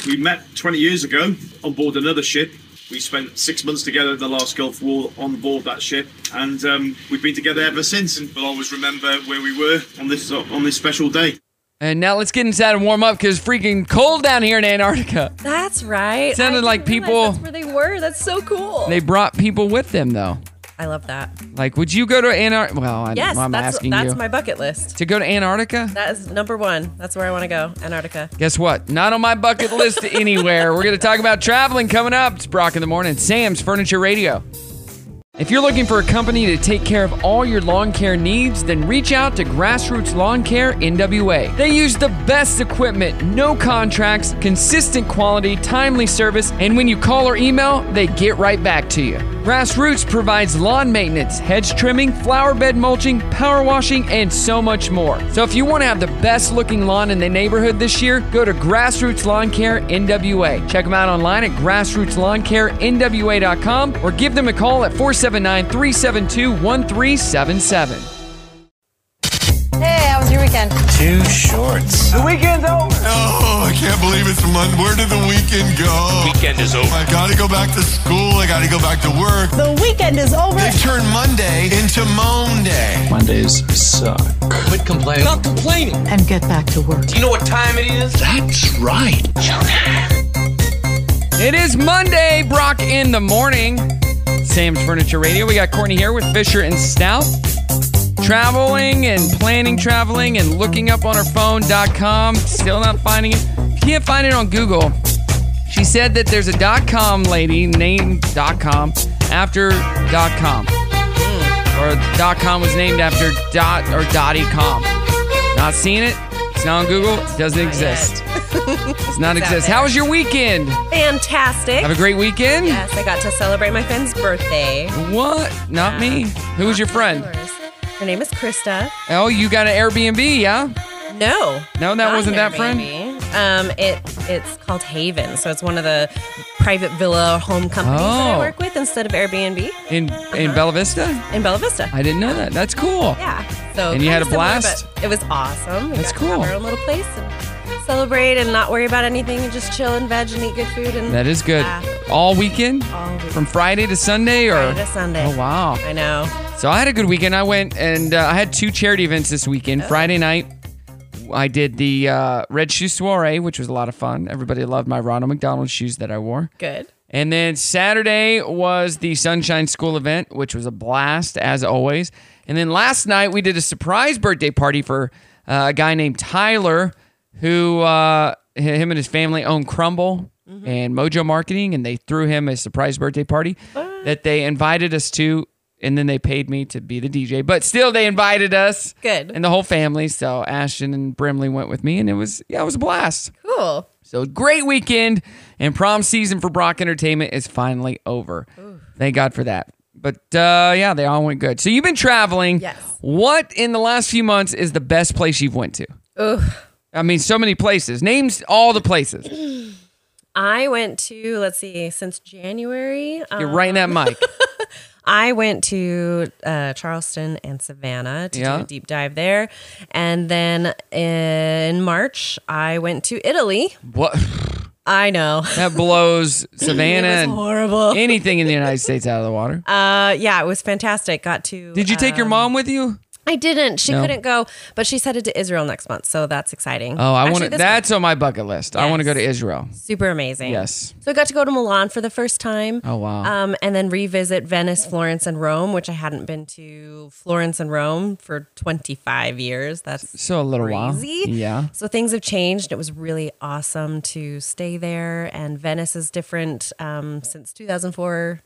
Speaker 18: We met 20 years ago on board another ship. We spent six months together in the last Gulf War on board that ship, and um, we've been together ever since. And we'll always remember where we were on this on this special day.
Speaker 1: And now let's get inside and warm up because freaking cold down here in Antarctica.
Speaker 2: That's right.
Speaker 1: Sounded
Speaker 2: I
Speaker 1: like
Speaker 2: didn't
Speaker 1: people-
Speaker 2: realize That's where they were. That's so cool.
Speaker 1: They brought people with them though.
Speaker 2: I love that.
Speaker 1: Like, would you go to Antarctica? Well, I,
Speaker 2: yes,
Speaker 1: I'm
Speaker 2: that's
Speaker 1: asking
Speaker 2: that's
Speaker 1: you.
Speaker 2: my bucket list.
Speaker 1: to go to Antarctica?
Speaker 2: That is number one. That's where I want to go. Antarctica.
Speaker 1: Guess what? Not on my bucket list anywhere. We're going to talk about traveling coming up. It's Brock in the morning, Sam's Furniture Radio. If you're looking for a company to take care of all your lawn care needs, then reach out to Grassroots Lawn Care NWA. They use the best equipment, no contracts, consistent quality, timely service, and when you call or email, they get right back to you. Grassroots provides lawn maintenance, hedge trimming, flower bed mulching, power washing, and so much more. So if you want to have the best looking lawn in the neighborhood this year, go to Grassroots Lawn Care NWA. Check them out online at grassrootslawncarenwa.com or give them a call at 479 372 1377.
Speaker 12: Hey, how was your weekend?
Speaker 19: Two shorts.
Speaker 12: The weekend's over.
Speaker 19: Oh, I can't believe it's Monday. Where did the weekend go? Oh Weekend is over. I gotta go back to school. I gotta go back to work. The weekend is over. They turned Monday into Monday.
Speaker 20: Mondays suck. Quit complaining.
Speaker 19: Stop complaining.
Speaker 20: And get back to work.
Speaker 19: You know what time it is? That's right.
Speaker 1: It is Monday, Brock in the morning. Sam's Furniture Radio. We got Courtney here with Fisher and Stout. Traveling and planning traveling and looking up on her phone.com. Still not finding it. Can't find it on Google. She said that there's a dot com lady named dot com after dot com. Hmm. Or dot com was named after dot or dotty com. Not seeing it. It's not on Google. It doesn't exist. Does not
Speaker 2: It's out
Speaker 1: exist.
Speaker 2: there.
Speaker 1: How was your weekend?
Speaker 2: Fantastic.
Speaker 1: Have a great weekend.
Speaker 2: Yes, I got to celebrate my friend's birthday.
Speaker 1: What? Not me. Who was your friend?
Speaker 2: Her name is Krista.
Speaker 1: Oh, you got an Airbnb, yeah?
Speaker 2: No.
Speaker 1: No, that
Speaker 2: Not
Speaker 1: wasn't
Speaker 2: an
Speaker 1: that friend.
Speaker 2: Airbnb. Um, it it's called Haven, so it's one of the private villa home companies that I
Speaker 1: Oh.
Speaker 2: work with instead of Airbnb
Speaker 1: In in Bella Vista?
Speaker 2: in Bella Vista.
Speaker 1: I didn't know that. That's cool.
Speaker 2: Yeah. So
Speaker 1: And you
Speaker 2: kinda
Speaker 1: had a
Speaker 2: similar,
Speaker 1: blast?
Speaker 2: but It was awesome. We
Speaker 1: That's
Speaker 2: got to have
Speaker 1: cool.
Speaker 2: our own little place and celebrate and not worry about anything and just chill and veg and eat good food and
Speaker 1: That is good.
Speaker 2: laugh.
Speaker 1: All weekend?
Speaker 2: All weekend.
Speaker 1: From Friday to Sunday or
Speaker 2: Friday to Sunday.
Speaker 1: Oh wow.
Speaker 2: I know.
Speaker 1: So I had a good weekend. I went and uh, I had two charity events this weekend. Friday night I did the uh, Red Shoe Soiree, which was a lot of fun. Everybody loved my Ronald McDonald shoes that I wore.
Speaker 2: Good.
Speaker 1: And then Saturday was the Sunshine School event, which was a blast as always. And then last night we did a surprise birthday party for uh, a guy named Tyler, who uh, h- him and his family own Crumble and Mojo Marketing, and they threw him a surprise birthday party that they invited us to. And then they paid me to be the DJ, but still they invited us.
Speaker 2: Good.
Speaker 1: And the whole family. So Ashton and Brimley went with me, and it was yeah, it was a blast.
Speaker 2: Cool.
Speaker 1: So great weekend, and prom season for Brock Entertainment is finally over. Thank God for that. But uh, yeah, they all went good. So you've been traveling.
Speaker 2: Yes.
Speaker 1: What in the last few months is the best place you've went to?
Speaker 2: Ugh.
Speaker 1: I mean, so many places. Names all the places.
Speaker 2: I went to let's see, since January. um,
Speaker 1: You're right in that mic.
Speaker 2: I went to uh, Charleston and Savannah to
Speaker 1: Yeah.
Speaker 2: do a deep dive there, and then in March I went to Italy.
Speaker 1: What?
Speaker 2: I know.
Speaker 1: That blows Savannah
Speaker 2: It was
Speaker 1: and
Speaker 2: horrible.
Speaker 1: anything in the United States out of the water.
Speaker 2: Uh, yeah, it was fantastic. Got to.
Speaker 1: Did you take your
Speaker 2: um,
Speaker 1: mom with you?
Speaker 2: I didn't. She
Speaker 1: No.
Speaker 2: couldn't go, but she's headed to Israel next month, so that's exciting.
Speaker 1: Oh, I
Speaker 2: Actually,
Speaker 1: want to.
Speaker 2: this
Speaker 1: That's on my bucket list. I want to go to Israel.
Speaker 2: one's Super amazing.
Speaker 1: Yes.
Speaker 2: So I got to go to Milan for the first time.
Speaker 1: Oh, wow.
Speaker 2: Um, and then revisit Venice, Florence, and Rome, which I hadn't been to Florence and Rome for 25 years. That's
Speaker 1: So a little
Speaker 2: Crazy.
Speaker 1: while. Yeah.
Speaker 2: so things have changed. It was really awesome to stay there, and Venice is different um, since 2004.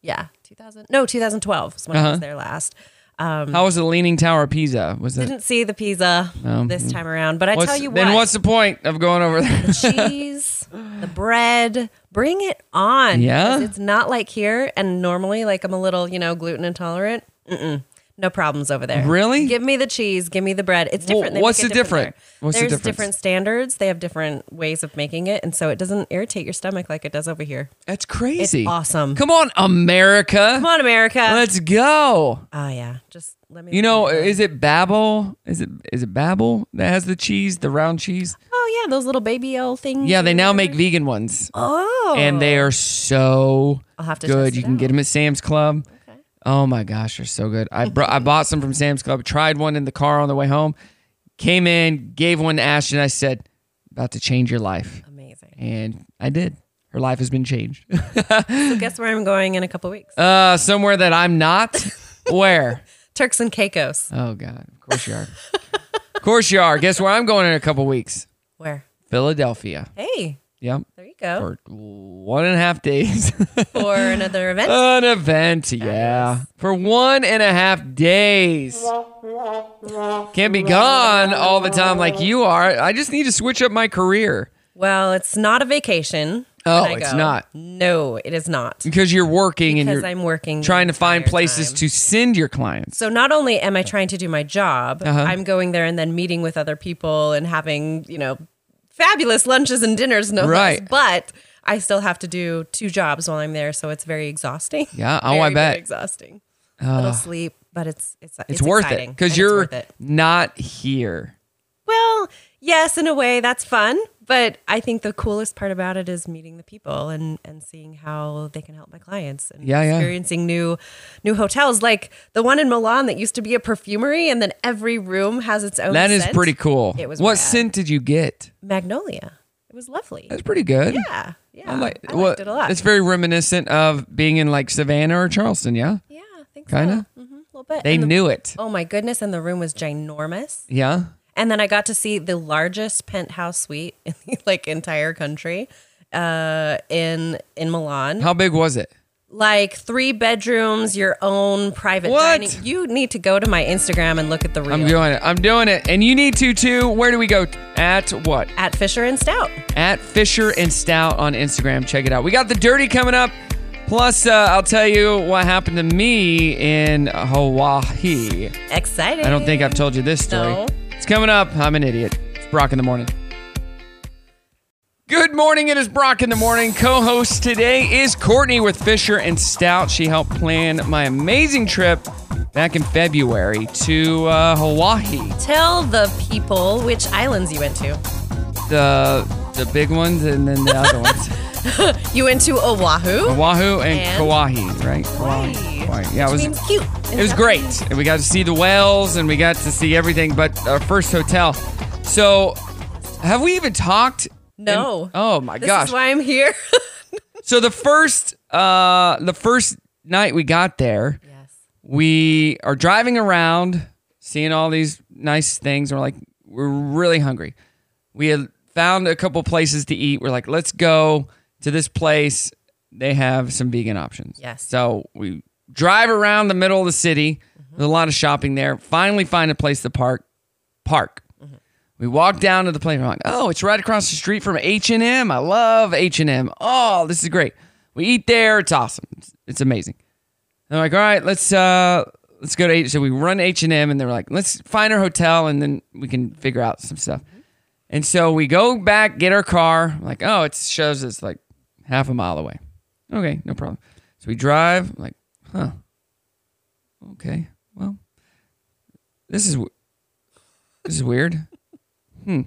Speaker 2: Yeah, 2000. No, 2012 was when I
Speaker 1: Uh-huh.
Speaker 2: was there last. Um,
Speaker 1: How was the Leaning Tower of Pisa? Was it?
Speaker 2: didn't see the Pisa
Speaker 1: No.
Speaker 2: this time around, but I
Speaker 1: What's-
Speaker 2: tell you what,
Speaker 1: mm. Then what's the point of going over there?
Speaker 2: the cheese, the bread. Bring it on.
Speaker 1: Yeah?
Speaker 2: Because It's not like here. And normally, like, I'm a little, you know, gluten intolerant. Mm-mm. No problems over there.
Speaker 1: Really?
Speaker 2: Give me the cheese. Give me the bread. It's different. They
Speaker 1: what's
Speaker 2: make
Speaker 1: the
Speaker 2: it different
Speaker 1: different-
Speaker 2: there.
Speaker 1: what's the
Speaker 2: There's
Speaker 1: difference?
Speaker 2: different standards. They have different ways of making it, and so it doesn't irritate your stomach like it does over here.
Speaker 1: That's crazy.
Speaker 2: It's awesome.
Speaker 1: Come on, America. Come
Speaker 2: on, America.
Speaker 1: Let's go.
Speaker 2: Oh yeah. Just let me.
Speaker 1: You know, is it Babel? Is it is it Babel that has the cheese, the round cheese?
Speaker 2: Oh yeah, those little baby L things.
Speaker 1: Yeah, they now make
Speaker 2: Mm-hmm.
Speaker 1: vegan ones.
Speaker 2: Oh.
Speaker 1: And they are so
Speaker 2: I'll have to
Speaker 1: good.
Speaker 2: test
Speaker 1: You
Speaker 2: it
Speaker 1: can get them at Sam's Club. Oh my gosh, they're so good. I brought,
Speaker 2: Mm-hmm.
Speaker 1: I bought some from Sam's Club. Tried one in the car on the way home. Came in, gave one to Ashton. I said, "About to change your life."
Speaker 2: Amazing.
Speaker 1: And I did. Her life has been changed.
Speaker 2: So guess where I'm going in a couple weeks?
Speaker 1: Uh, somewhere that I'm not. Where?
Speaker 2: Turks and Caicos.
Speaker 1: Oh God! Of course you are. of course you are. Guess where I'm going in a couple weeks?
Speaker 2: Where?
Speaker 1: Philadelphia.
Speaker 2: Hey,
Speaker 1: Yep.
Speaker 2: there you go.
Speaker 1: For one and a half days.
Speaker 2: For another event.
Speaker 1: An event, yeah. For one and a half days. Can't be gone all the time like you are. I just need to switch up my career
Speaker 2: Well, it's not a vacation.
Speaker 1: Oh,
Speaker 2: when I
Speaker 1: it's
Speaker 2: go.
Speaker 1: not.
Speaker 2: No, it is not.
Speaker 1: because you're working and
Speaker 2: Because
Speaker 1: you're
Speaker 2: I'm working the
Speaker 1: trying to find places to send your clients.
Speaker 2: So not only am I trying to do my job,
Speaker 1: Uh-huh.
Speaker 2: I'm going there and then meeting with other people and having, you know, fabulous lunches and dinners, no less.
Speaker 1: Right.
Speaker 2: But I still have to do two jobs while I'm there, so it's very exhausting.
Speaker 1: Yeah, oh, I
Speaker 2: Very, very
Speaker 1: bet.
Speaker 2: exhausting.
Speaker 1: Ah.
Speaker 2: Little sleep, but it's it's
Speaker 1: It's, worth
Speaker 2: exciting,
Speaker 1: it
Speaker 2: and
Speaker 1: because
Speaker 2: it's
Speaker 1: you're
Speaker 2: worth it.
Speaker 1: not here.
Speaker 2: Well, yes, in a way that's fun, but I think the coolest part about it is meeting the people and and seeing how they can help my clients and
Speaker 1: Yeah, yeah.
Speaker 2: experiencing new new hotels like the one in Milan that used to be a perfumery and then every room has its own
Speaker 1: That is
Speaker 2: scent.
Speaker 1: pretty cool.
Speaker 2: It was
Speaker 1: what
Speaker 2: rad.
Speaker 1: scent did you get?
Speaker 2: Magnolia. It was lovely.
Speaker 1: That's pretty good.
Speaker 2: Yeah. Yeah.
Speaker 1: I, like,
Speaker 2: I
Speaker 1: well,
Speaker 2: liked it a lot.
Speaker 1: oh It's very reminiscent of being in like Savannah or Charleston, yeah?
Speaker 2: Yeah, I think
Speaker 1: Kinda?
Speaker 2: so. Mhm, a little bit.
Speaker 1: They
Speaker 2: And the-
Speaker 1: knew it.
Speaker 2: Oh my goodness, and the room was ginormous.
Speaker 1: Yeah.
Speaker 2: And then I got to see the largest penthouse suite in the like entire country uh in in Milan.
Speaker 1: How big was it?
Speaker 2: like three bedrooms, your own private
Speaker 1: What?
Speaker 2: dining. You need to go to my Instagram and look at the real
Speaker 1: I'm doing it. I'm doing it. And you need to too. Where do we go? At what?
Speaker 2: at Fisher and Stout.
Speaker 1: At Fisher and Stout on Instagram. Check it out. We got the dirty coming up. Plus, uh, I'll tell you what happened to me in Hawaii.
Speaker 2: Exciting.
Speaker 1: I don't think I've told you this story.
Speaker 2: No.
Speaker 1: It's coming up. I'm an idiot. It's Brock in the morning. Good morning. It is Brock in the morning. Co host today is Courtney with Fisher and Stout. She helped plan my amazing trip back in February to uh, Hawaii.
Speaker 2: Tell the people which islands you went to.
Speaker 1: The the big ones and then the other ones.
Speaker 2: you went to
Speaker 1: Oh,
Speaker 2: Oahu.
Speaker 1: Oahu and,
Speaker 2: And?
Speaker 1: Kauai, right? Kauai. Kauai. Yeah, it was,
Speaker 2: Seems cute.
Speaker 1: it was great. And we got to see the whales and we got to see everything, but our first hotel. So, have we even talked?
Speaker 2: No.
Speaker 1: In- oh my
Speaker 2: this
Speaker 1: gosh.
Speaker 2: is why I'm here.
Speaker 1: So the first uh the first night we got there, yes. we are driving around, seeing all these nice things, and we're like, we're really hungry. We had found a couple places to eat. We're like, let's go to this place. They have some vegan options.
Speaker 2: Yes.
Speaker 1: So we drive around the middle of the city. There's a lot of shopping there. Finally find a place to park. Park. We walk down to the place. We're like, oh, it's right across the street from H and M. I love H and M. Oh, this is great. We eat there. It's awesome. It's, it's amazing. And I'm like, all right, let's uh, let's go to H. So we run H and M, and they're like, let's find our hotel, and then we can figure out some stuff. And so we go back, get our car. I'm like, oh, it shows it's like half a mile away. Okay, no problem. So we drive. I'm like, huh? Okay, well, this is w- this is weird. hmm.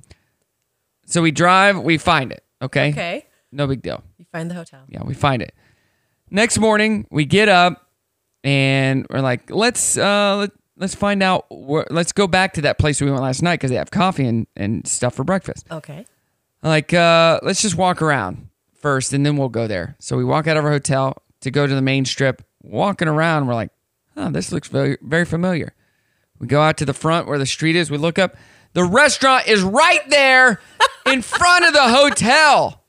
Speaker 1: So we drive. We find it. Okay.
Speaker 2: Okay.
Speaker 1: No big deal.
Speaker 2: You find the hotel.
Speaker 1: Yeah, we find it. Next morning, we get up and we're like, let's uh, let, let's find out. Where, let's go back to that place we went last night because they have coffee and, and stuff for breakfast.
Speaker 2: Okay.
Speaker 1: I'm like, uh, let's just walk around first and then we'll go there. So we walk out of our hotel to go to the main strip. Walking around, we're like, oh, this looks very, very familiar. We go out to the front where the street is. We look up. The restaurant is right there in front of the hotel.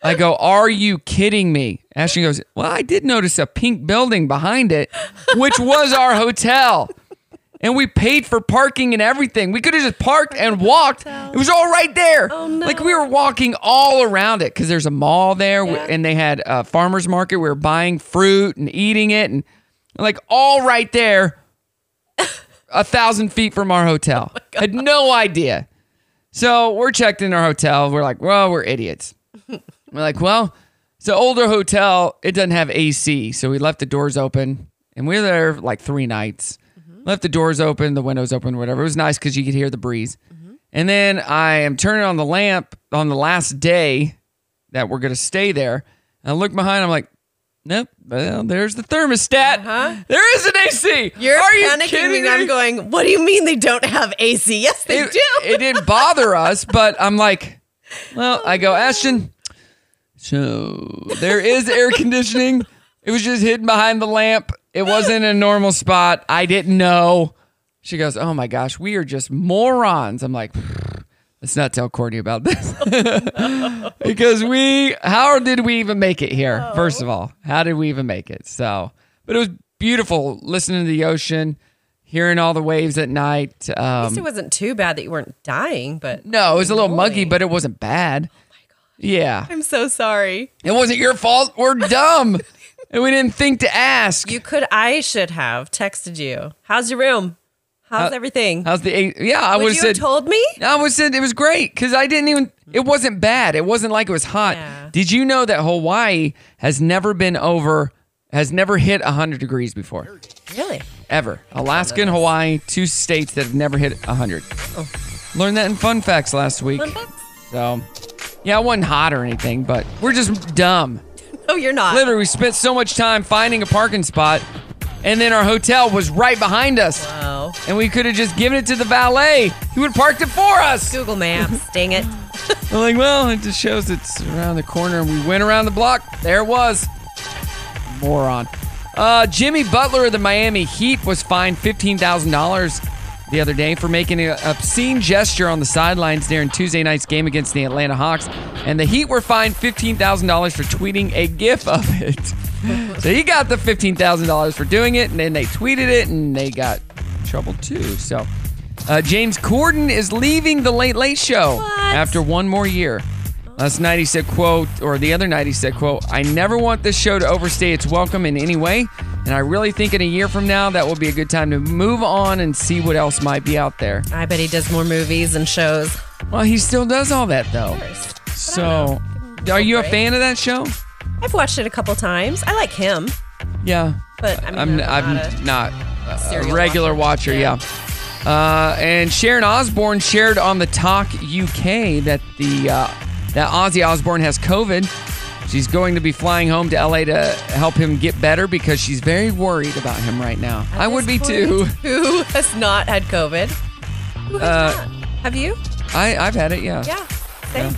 Speaker 1: I go, Are you kidding me? Ashton goes, Well, I did notice a pink building behind it, which was our hotel. And we paid for parking and everything. We could have just parked and walked. It was all right there. Oh, no. Like we were walking all around it because there's a mall there w- and they had a farmer's market. We were buying fruit and eating it and like all right there. a thousand feet from our hotel.
Speaker 2: Oh
Speaker 1: Had no idea. So we're checked in our hotel. We're like, well, we're idiots. we're like, well, it's an older hotel. It doesn't have AC. So we left the doors open and we were there like three nights.
Speaker 2: Mm-hmm.
Speaker 1: Left the doors open, the windows open, whatever. It was nice because you could hear the breeze.
Speaker 2: Mm-hmm.
Speaker 1: And then I am turning on the lamp on the last day that we're going to stay there. And I look behind, I'm like, nope, well, there's the thermostat. There is an AC.
Speaker 2: Uh-huh. You're
Speaker 1: Are you
Speaker 2: panicking
Speaker 1: kidding
Speaker 2: me. I'm
Speaker 1: me?
Speaker 2: going, what do you mean they don't have AC? Yes, they
Speaker 1: it,
Speaker 2: do.
Speaker 1: it didn't bother us, but I'm like, well, I
Speaker 2: Oh,
Speaker 1: go, Ashton, so there is air conditioning. It was just hidden behind the lamp. It wasn't a normal spot. I didn't know. She goes, oh my gosh, we are just morons. I'm like, let's not tell Courtney about this. because we, how did we even make it here?
Speaker 2: Oh.
Speaker 1: First of all, how did we even make it? So, but it was beautiful listening to the ocean, hearing all the waves at night.
Speaker 2: At
Speaker 1: Um,
Speaker 2: least it wasn't too bad that you weren't dying, but
Speaker 1: no, it was a little muggy, but it wasn't bad. Oh my god. Yeah.
Speaker 2: I'm so sorry.
Speaker 1: It wasn't your fault. We're dumb. and we didn't think to ask.
Speaker 2: You could, I should have texted you. How's your room? How's
Speaker 1: How-
Speaker 2: everything?
Speaker 1: How's the eight? Yeah, Uh, I
Speaker 2: Would
Speaker 1: would have
Speaker 2: you have
Speaker 1: said.
Speaker 2: told me?
Speaker 1: I would have said it was great because I didn't even. It wasn't bad. It wasn't like it was hot. Did you know that Hawaii has never been over, has never hit 100 degrees before?
Speaker 2: Really?
Speaker 1: Ever. Alaska and Hawaii, two states that have never hit 100. Learned that in fun facts last week.
Speaker 2: Oh. Fun facts?
Speaker 1: So, yeah, it wasn't hot or anything, but we're just dumb.
Speaker 2: No, Oh, you're not.
Speaker 1: Literally, we spent so much time finding a parking spot, and then our hotel was right behind us.
Speaker 2: Wow.
Speaker 1: And we could have just given it to the valet. He would have parked it for us.
Speaker 2: Google Maps, dang it.
Speaker 1: I'm like, well, it just shows it's around the corner, and we went around the block. There it was. Moron. Uh, Jimmy Butler of the Miami Heat was fined $15,000 the other day for making an obscene gesture on the sidelines during Tuesday night's game against the Atlanta Hawks. And the Heat were fined $15,000 for tweeting a GIF of it. so he got the $15,000 for doing it, and then they tweeted it, and they got in trouble too. So uh, James Corden is leaving the Late Late Show after one more year. Last night he said, quote, or the other night he said, quote, I never want this show to overstay its welcome in any way. And I really think in a year from now, that will be a good time to move on and see what else might be out there.
Speaker 2: I bet he does more movies and shows.
Speaker 1: Well, he still does all that, though. So, are you a
Speaker 2: break.
Speaker 1: fan of that show?
Speaker 2: I've watched it a couple times. I like him,
Speaker 1: Yeah.
Speaker 2: but I
Speaker 1: I'm,
Speaker 2: mean, I'm
Speaker 1: I'm
Speaker 2: not a-
Speaker 1: not a,
Speaker 2: serial
Speaker 1: regular watcher, yeah. Uh, and Sharon Osbourne shared on the Talk UK that the uh, that Ozzy Osbourne has COVID. She's going to be flying home to LA to help him get better because she's very worried about him right now. I would be too.
Speaker 2: Who has not had COVID? Who has
Speaker 1: Uh,
Speaker 2: not? Have you?
Speaker 1: I I've had it, yeah.
Speaker 2: Yeah.
Speaker 1: Yeah.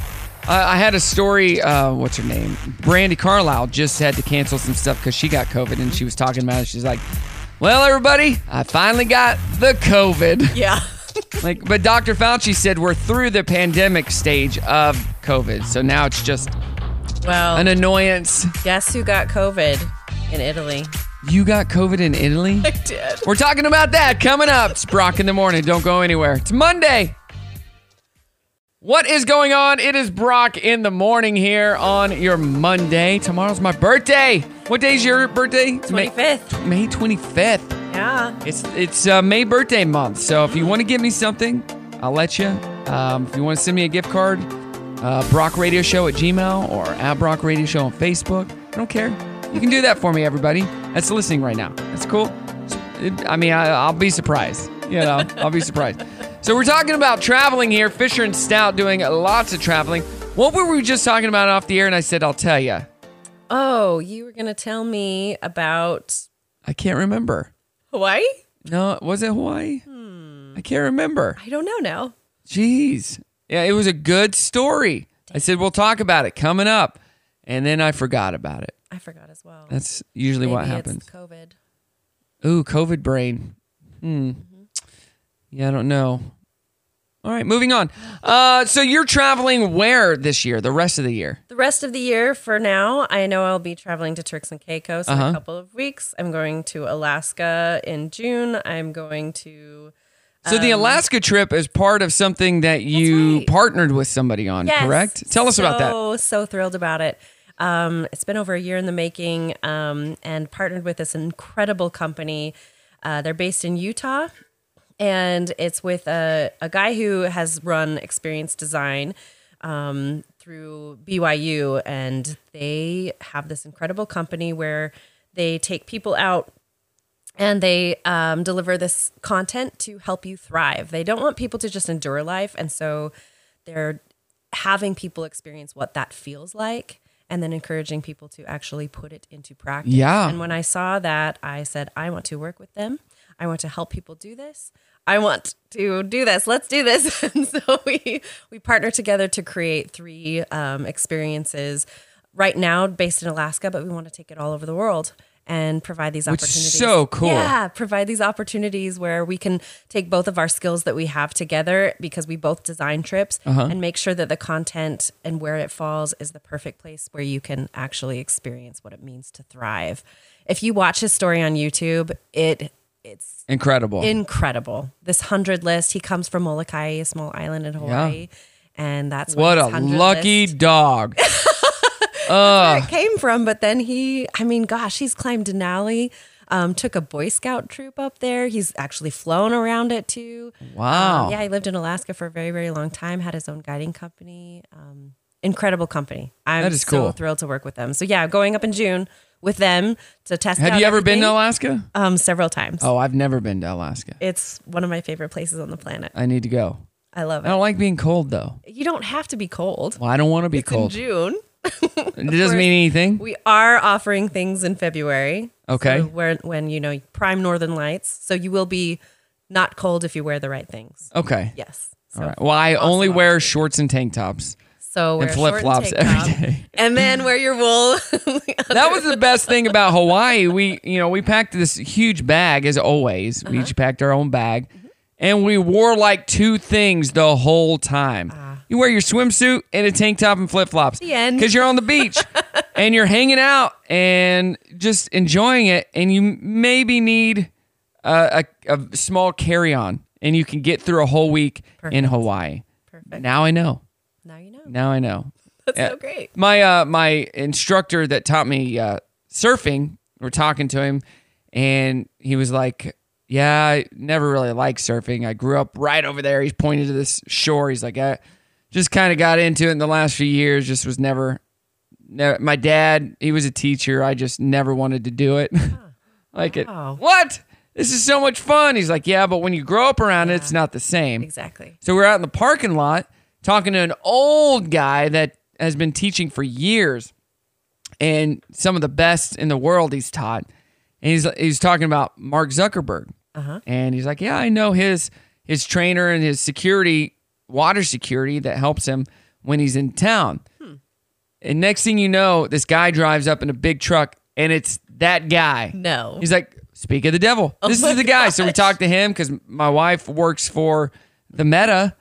Speaker 1: I, I had a story. Uh, what's her name? Brandy Carlisle just had to cancel some stuff because she got COVID, and she was talking about it. She's like, "Well, everybody, I finally got the COVID."
Speaker 2: Yeah.
Speaker 1: like, but Dr. Fauci said we're through the pandemic stage of COVID, so now it's just
Speaker 2: Well,
Speaker 1: an annoyance.
Speaker 2: guess who got COVID in Italy?
Speaker 1: You got COVID in Italy?
Speaker 2: I did.
Speaker 1: We're talking about that coming up. It's Brock in the morning. Don't go anywhere. It's Monday. What is going on? It is Brock in the morning here on your Monday. Tomorrow's my birthday. What day's your birthday? Twenty
Speaker 2: fifth.
Speaker 1: May twenty fifth.
Speaker 2: Yeah.
Speaker 1: It's it's uh, May birthday month. So if you want to give me something, I'll let you. Um, if you want to send me a gift card, uh, Brock Radio Show at Gmail or at Brock Radio Show on Facebook. I don't care. You can do that for me, everybody. That's listening right now. That's cool. It- I mean, I, I'll be surprised. You know, I'll be surprised. So we're talking about traveling here. Fisher and Stout doing lots of traveling. What were we just talking about off the air? And I said, I'll tell you.
Speaker 2: Oh, you were gonna tell me about
Speaker 1: I can't remember.
Speaker 2: Hawaii?
Speaker 1: No, was it Hawaii? I can't remember.
Speaker 2: I don't know now.
Speaker 1: Jeez. Yeah, it was a good story. I said we'll talk about it coming up, and then I forgot about it.
Speaker 2: I forgot as well.
Speaker 1: That's usually what
Speaker 2: Maybe it's
Speaker 1: happens.
Speaker 2: COVID.
Speaker 1: Ooh, COVID brain. Hmm. Yeah, I don't know. All right, moving on. Uh, so you're traveling where this year? The rest of the year?
Speaker 2: The rest of the year for now, I know I'll be traveling to Turks and Caicos in
Speaker 1: Uh-huh.
Speaker 2: a couple of weeks. I'm going to Alaska in June. I'm going to
Speaker 1: So the
Speaker 2: um,
Speaker 1: Alaska trip is part of something that you partnered with somebody on,
Speaker 2: Yes.
Speaker 1: correct? Tell us about that.
Speaker 2: So so thrilled about it. Um, it's been over a year in the making, um, and partnered with this incredible company. Uh, they're based in Utah, and it's with a, a guy who has run experience design um, through BYU, and they have this incredible company where they take people out and they um, deliver this content to help you thrive. They don't want people to just endure life, and so they're having people experience what that feels like, and then encouraging people to actually put it into practice.
Speaker 1: Yeah.
Speaker 2: And when I saw that, I said, I want to work with them. I want to help people do this. I want to do this. Let's do this. And so we we partner together to create three um, experiences right now based in Alaska, but we want to take it all over the world and provide these
Speaker 1: Which is
Speaker 2: opportunities.
Speaker 1: so cool.
Speaker 2: Yeah, provide these opportunities where we can take both of our skills that we have together because we both design trips
Speaker 1: Uh-huh.
Speaker 2: and make sure that the content and where it falls is the perfect place where you can actually experience what it means to thrive. If you watch his story on YouTube, it it's
Speaker 1: Incredible.
Speaker 2: Incredible. This 100 list, he comes from Molokai, a small island in Hawaii, and that's
Speaker 1: what a
Speaker 2: where his 100
Speaker 1: lucky dog.
Speaker 2: Um, where
Speaker 1: Ugh.
Speaker 2: it came from. But then he, I mean, gosh, he's climbed Denali, um, took a Boy Scout troop up there. He's actually flown around it too.
Speaker 1: Wow.
Speaker 2: Um, yeah, he lived in Alaska for a very, very long time, had his own guiding company. Um, incredible company. I'm
Speaker 1: That is
Speaker 2: so
Speaker 1: cool.
Speaker 2: thrilled to work with them. So, yeah, going up in June with them to test
Speaker 1: Have
Speaker 2: out
Speaker 1: you ever been to
Speaker 2: everything.
Speaker 1: Alaska?
Speaker 2: Um, several times.
Speaker 1: Oh, I've never been to Alaska.
Speaker 2: It's one of my favorite places on the planet.
Speaker 1: I need to go.
Speaker 2: I love
Speaker 1: Uh, I don't
Speaker 2: it.
Speaker 1: like being cold though.
Speaker 2: You don't have to be cold.
Speaker 1: Well, I don't want to be
Speaker 2: It's
Speaker 1: cold.
Speaker 2: in June.
Speaker 1: It doesn't mean anything.
Speaker 2: We are offering things in February.
Speaker 1: Okay.
Speaker 2: So where when you know prime northern lights, so you will be not cold if you wear the right things.
Speaker 1: Okay.
Speaker 2: Yes.
Speaker 1: All right. Well, I only wear shorts and tank tops.
Speaker 2: So wear
Speaker 1: and
Speaker 2: a
Speaker 1: flip
Speaker 2: short
Speaker 1: flops
Speaker 2: tank
Speaker 1: every
Speaker 2: top,
Speaker 1: day.
Speaker 2: and then wear your wool.
Speaker 1: That was the best thing about Hawaii. We, you know, we packed this huge bag as always.
Speaker 2: Uh-huh.
Speaker 1: We each packed our own bag, and we wore like two things the whole time. You wear your swimsuit and a tank top and flip flops.
Speaker 2: Ah. The end.
Speaker 1: Because you're on the beach and you're hanging out and just enjoying it, and you maybe need a, a, a small carry on, and you can get through a whole week in
Speaker 2: Perfect.
Speaker 1: Hawaii. Perfect. Now I know.
Speaker 2: Now you know.
Speaker 1: Now I know.
Speaker 2: That's
Speaker 1: Yeah.
Speaker 2: so great.
Speaker 1: My uh, my instructor that taught me uh, surfing, we're talking to him, and he was like, "Yeah, I never really liked surfing. I grew up right over there." He's pointed to this shore. He's like, "I just kind of got into it in the last few years. Just was never, never. My dad, he was a teacher. I just never wanted to do it. like
Speaker 2: Wow.
Speaker 1: it. What? This is so much fun." He's like, "Yeah, but when you grow up around it, it's not the same."
Speaker 2: Exactly.
Speaker 1: So we were out in the parking lot talking to an old guy that has been teaching for years and some of the best in the world he's taught. And he's he's talking about Mark Zuckerberg.
Speaker 2: Uh-huh.
Speaker 1: And he's like, "Yeah, I know his his trainer and his security water security that helps him when he's in town." And next thing you know, this guy drives up in a big truck and it's that guy.
Speaker 2: No.
Speaker 1: He's like, speak of the devil. this is the guy. So we talked to him because my wife works for the Meta.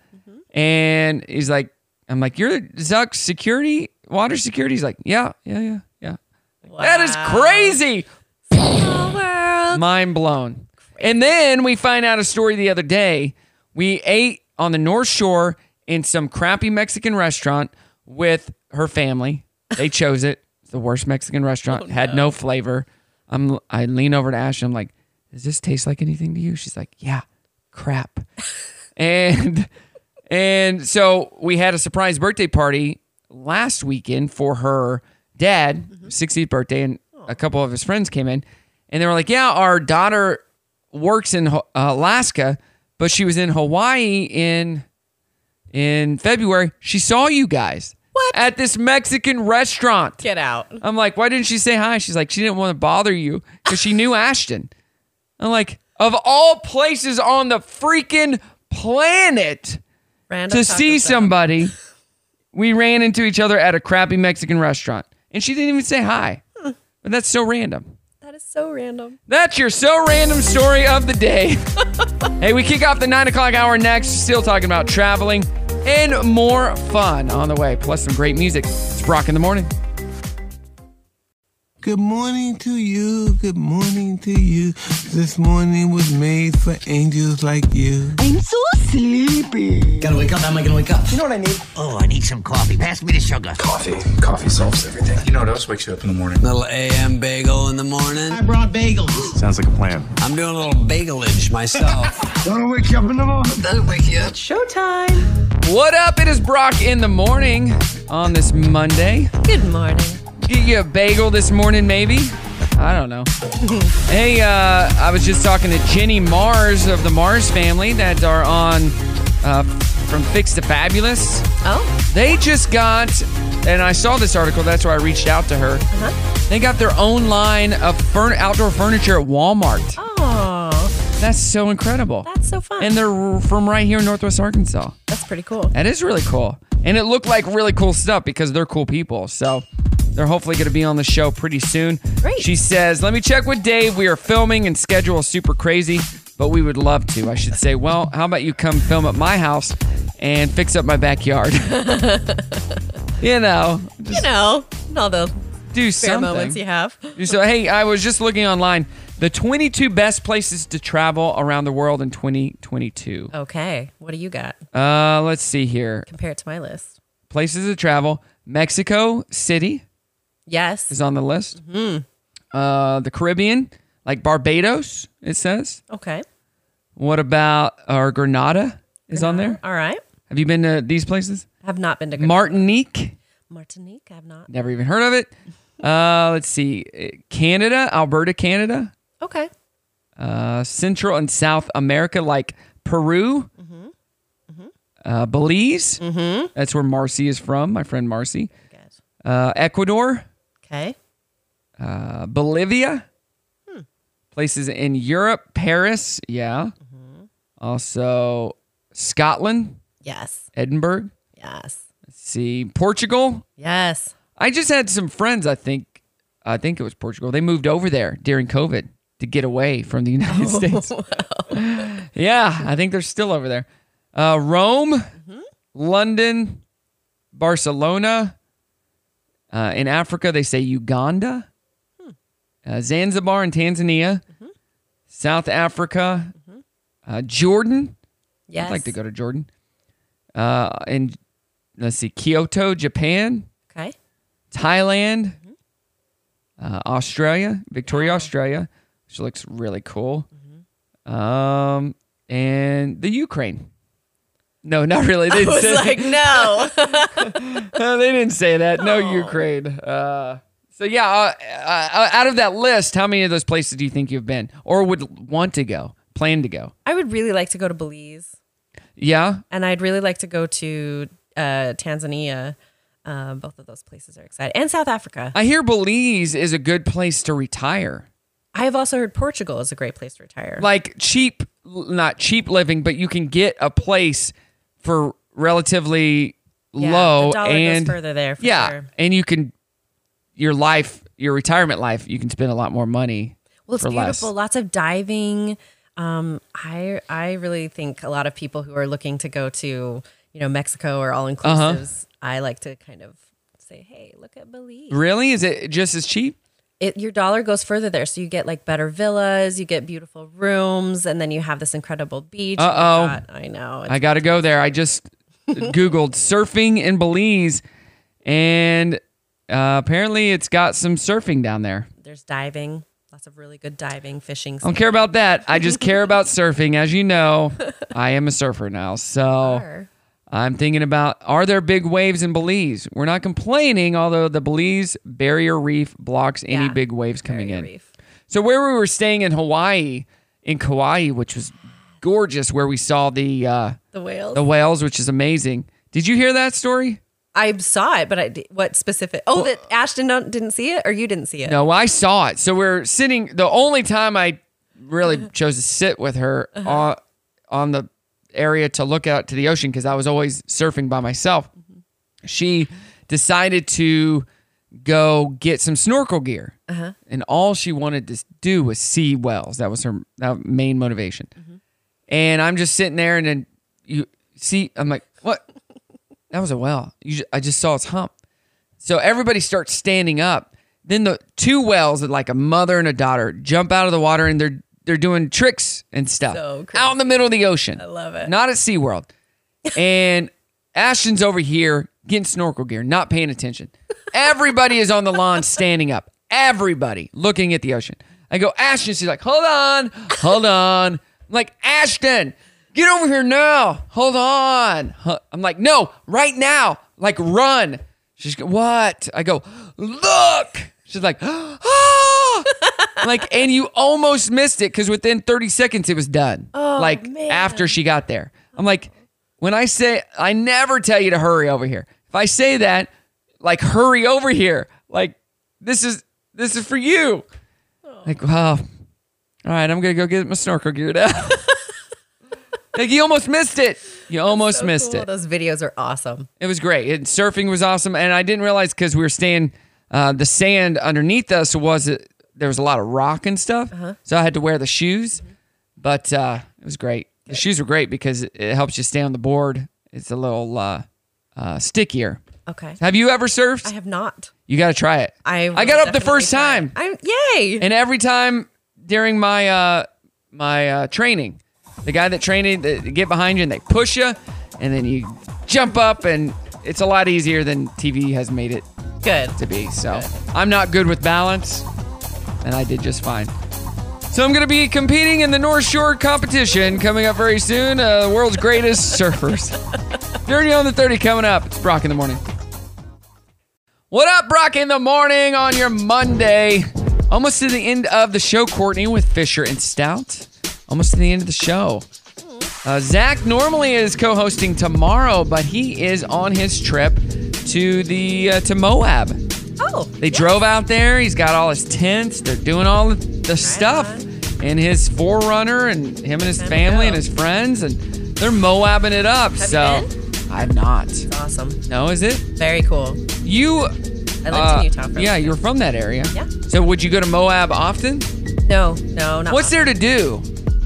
Speaker 1: And he's like, I'm like, you're Zuck security, water security? He's like, yeah, yeah, yeah, yeah. That is crazy. Mind blown. And then we find out a story the other day. We ate on the North Shore in some crappy Mexican restaurant with her family. They chose it. It's the worst Mexican restaurant. Had no flavor. I'm I lean over to Ash and I'm like, does this taste like anything to you? She's like, yeah, crap. and and so we had a surprise birthday party last weekend for her dad, 60th birthday, and a couple of his friends came in, and they were like, "Yeah, our daughter works in Ho- uh, Alaska, but she was in Hawaii in in February. She saw you guys what at this Mexican restaurant.
Speaker 2: Get out.
Speaker 1: I'm like, why didn't she say hi? She's like, she didn't want to bother you because she knew Ashton. I'm like, of all places on the freaking planet
Speaker 2: Random
Speaker 1: to
Speaker 2: Taco
Speaker 1: see
Speaker 2: Bell.
Speaker 1: somebody, we ran into each other at a crappy Mexican restaurant and she didn't even say hi. But that's so random.
Speaker 2: That is so random.
Speaker 1: That's your so random story of the day. hey, we kick off the nine o'clock hour next, still talking about traveling and more fun on the way, plus some great music. It's Brock in the morning.
Speaker 21: Good morning to you, good morning to you. This morning was made for angels like you.
Speaker 22: I'm so sleepy. Gotta wake up. How am I gonna wake up? You know what I need? Oh, I need some coffee. Pass me the sugar. Coffee.
Speaker 23: Coffee solves everything. You know what else wakes you up in the morning?
Speaker 24: Little AM bagel in the morning.
Speaker 22: I brought bagels.
Speaker 23: Sounds like a plan.
Speaker 24: I'm doing a little bagelage myself.
Speaker 22: Don't wake you up in the morning. Don't wake you up.
Speaker 1: Showtime. What up? It is Brock in the morning on this Monday.
Speaker 2: Good morning.
Speaker 1: Get you a bagel this morning, maybe? I don't know. hey, uh, I was just talking to Jenny Mars of the Mars family that are on uh, from Fix to Fabulous.
Speaker 2: Oh.
Speaker 1: They just got, and I saw this article, that's why I reached out to her. They got their own line of furn- outdoor furniture at Walmart.
Speaker 2: Oh,
Speaker 1: That's so incredible.
Speaker 2: that's so fun.
Speaker 1: and they're from right here in Northwest Arkansas.
Speaker 2: that's pretty cool.
Speaker 1: That is really cool. And it looked like really cool stuff because they're cool people. So they're hopefully going to be on the show pretty soon.
Speaker 2: Great.
Speaker 1: She says, Let me check with Dave. We are filming and schedule is super crazy, but we would love to. I should say, Well, how about you come film at my house and fix up my backyard? you know,
Speaker 2: you know, and all the
Speaker 1: do
Speaker 2: spare
Speaker 1: something.
Speaker 2: moments you have.
Speaker 1: So, hey, I was just looking online the 22 best places to travel around the world in 2022.
Speaker 2: Okay, what do you got?
Speaker 1: Uh, let's see here.
Speaker 2: Compare it to my list.
Speaker 1: Places to travel Mexico City.
Speaker 2: Yes.
Speaker 1: is on the list. Uh, the Caribbean, like Barbados, it says.
Speaker 2: Okay.
Speaker 1: What about or Grenada is on there?
Speaker 2: All right.
Speaker 1: Have you been to these places?
Speaker 2: Have not been to Grenada.
Speaker 1: Martinique,
Speaker 2: Martinique. I have not.
Speaker 1: never even heard of it. Uh, let's see, eh, Canada, Alberta, Canada,
Speaker 2: Okay.
Speaker 1: uh, Central and South America, like Peru, Uh, Belize. That's where Marcy is from, my friend Marcy. Uh, Ecuador,
Speaker 2: Okay.
Speaker 1: uh, Bolivia, places in Europe, Paris, yeah. Also Scotland,
Speaker 2: Yes.
Speaker 1: Edinburgh.
Speaker 2: Yes.
Speaker 1: Let's see, Portugal.
Speaker 2: Yes.
Speaker 1: I just had some friends. I think, I think it was Portugal. They moved over there during COVID to get away from the United States. yeah, I think they're still over there. Uh, Rome, London, Barcelona. Uh, in Africa, they say Uganda, uh, Zanzibar in Tanzania, South Africa, uh, Jordan. I'd like
Speaker 2: Yes.
Speaker 1: to go to Jordan. Uh, and let's see, Kyoto, Japan,
Speaker 2: Okay.
Speaker 1: Thailand,
Speaker 2: Mm-hmm.
Speaker 1: uh, Australia,
Speaker 2: Uh-huh.
Speaker 1: Victoria, Australia, which looks really cool.
Speaker 2: Mm-hmm.
Speaker 1: Um, and the Ukraine. No, not really. They
Speaker 2: I was
Speaker 1: said-
Speaker 2: like, no.
Speaker 1: no, they didn't say that. No, Ukraine. Uh, so yeah, uh, uh, out of that list, how many of those places do you think you've been or would want to go, plan to go?
Speaker 2: I would really like to go to Belize,
Speaker 1: Yeah,
Speaker 2: and I'd really like to go to uh, Tanzania. Uh, both of those places are exciting, and South Africa.
Speaker 1: I hear Belize is a good place to retire.
Speaker 2: I have also heard Portugal is a great place to retire.
Speaker 1: Like cheap, not cheap living, but you can get a place for relatively
Speaker 2: Yeah,
Speaker 1: low
Speaker 2: the dollar goes
Speaker 1: and
Speaker 2: further there, for
Speaker 1: yeah,
Speaker 2: sure.
Speaker 1: and you can your life, your retirement life, you can spend a lot more money.
Speaker 2: Well, it's
Speaker 1: for
Speaker 2: beautiful.
Speaker 1: less.
Speaker 2: Lots of diving. Um, I I really think a lot of people who are looking to go to you know Mexico or all
Speaker 1: Uh-huh.
Speaker 2: inclusives, I like to kind of say, hey, look at Belize.
Speaker 1: Really, is it just as cheap?
Speaker 2: It, your dollar goes further there, so you get like better villas, you get beautiful rooms, and then you have this incredible beach. and
Speaker 1: Uh-oh.
Speaker 2: you've got- I know.
Speaker 1: I got to go there. I just Googled surfing in Belize, and uh, apparently it's got some surfing down there.
Speaker 2: There's diving, lots of really good diving, fishing.
Speaker 1: I don't care about that. I just care about surfing. As you know, I am a surfer now. So
Speaker 2: are.
Speaker 1: I'm thinking about are there big waves in Belize? We're not complaining, although the Belize barrier reef blocks any
Speaker 2: Yeah,
Speaker 1: big waves coming in. So where we were staying in Hawaii, in Kauai, which was gorgeous, where we saw the uh,
Speaker 2: The whales.
Speaker 1: the whales, which is amazing. Did you hear that story?
Speaker 2: I saw it, but I di- what specific? Oh, that Ashton don't, didn't see it, or you didn't see it?
Speaker 1: No, I saw it. So we're sitting. The only time I really chose to sit with her
Speaker 2: Uh-huh.
Speaker 1: on on the area to look out to the ocean because I was always surfing by myself.
Speaker 2: Mm-hmm.
Speaker 1: She decided to go get some snorkel gear,
Speaker 2: Uh-huh.
Speaker 1: and all she wanted to do was see whales. That was her that main motivation.
Speaker 2: Mm-hmm.
Speaker 1: And I'm just sitting there, and then you see, I'm like, what? That was a well. You, ju- I just saw its hump. So everybody starts standing up. Then the two whales, like a mother and a daughter, jump out of the water and they're they're doing tricks and stuff
Speaker 2: So
Speaker 1: out in the middle of the ocean. I
Speaker 2: love it.
Speaker 1: Not at SeaWorld. and Ashton's over here getting snorkel gear, not paying attention. Everybody is on the lawn standing up. Everybody looking at the ocean. I go, Ashton. She's like, hold on, hold on. I'm like, Ashton, get over here now. Hold on. Huh. I'm like, no, right now. Like, run. She's go, what? I go, look. She's like, ah. like, and you almost missed it because within 30 seconds it was done.
Speaker 2: Oh,
Speaker 1: like
Speaker 2: man.
Speaker 1: after she got there. I'm like, when I say I never tell you to hurry over here. If I say that, like hurry over here. Like this is this is for you.
Speaker 2: Oh.
Speaker 1: Like, wow. All right, I'm gonna go get my snorkel gear now. like you almost missed it. You almost missed
Speaker 2: cool.
Speaker 1: it.
Speaker 2: Those videos are awesome.
Speaker 1: It was great. It, surfing was awesome, and I didn't realize because we were staying, uh, the sand underneath us was it, there was a lot of rock and stuff,
Speaker 2: Uh-huh.
Speaker 1: so I had to wear the shoes.
Speaker 2: Mm-hmm.
Speaker 1: But uh, it was great. The shoes were great because it- it helps you stay on the board. It's a little uh, uh, stickier.
Speaker 2: Okay.
Speaker 1: Have you ever surfed?
Speaker 2: I have not.
Speaker 1: You got to try it.
Speaker 2: I
Speaker 1: I got up the first time.
Speaker 2: I'm yay.
Speaker 1: And every time during my uh my uh training, the guy that trained they get behind you and they push you and then you jump up and it's a lot easier than TV has made it
Speaker 2: good
Speaker 1: to be. So, I'm not good with balance and I did just fine. So I'm going to be competing in the North Shore competition coming up very soon. Uh, the world's greatest surfers. Dirty on the 30 coming up. It's Brock in the morning. What up, Brock in the morning on your Monday? Almost to the end of the show, Courtney, with Fisher and Stout. Almost to the end of the show. Uh, Zach normally is co hosting tomorrow, but he is on his trip to the uh, to Moab.
Speaker 2: Oh,
Speaker 1: They drove out there. He's got all his tents. They're doing all the stuff. And his forerunner and him and his family and his friends and they're moabbing it up. so I've not.
Speaker 2: awesome.
Speaker 1: No, is it?
Speaker 2: Very cool.
Speaker 1: You
Speaker 2: I lived in Utah for a
Speaker 1: Uh, Yeah,
Speaker 2: long
Speaker 1: you're from that area.
Speaker 2: Yeah.
Speaker 1: So would you go to Moab often?
Speaker 2: No, no, not.
Speaker 1: What's there to do?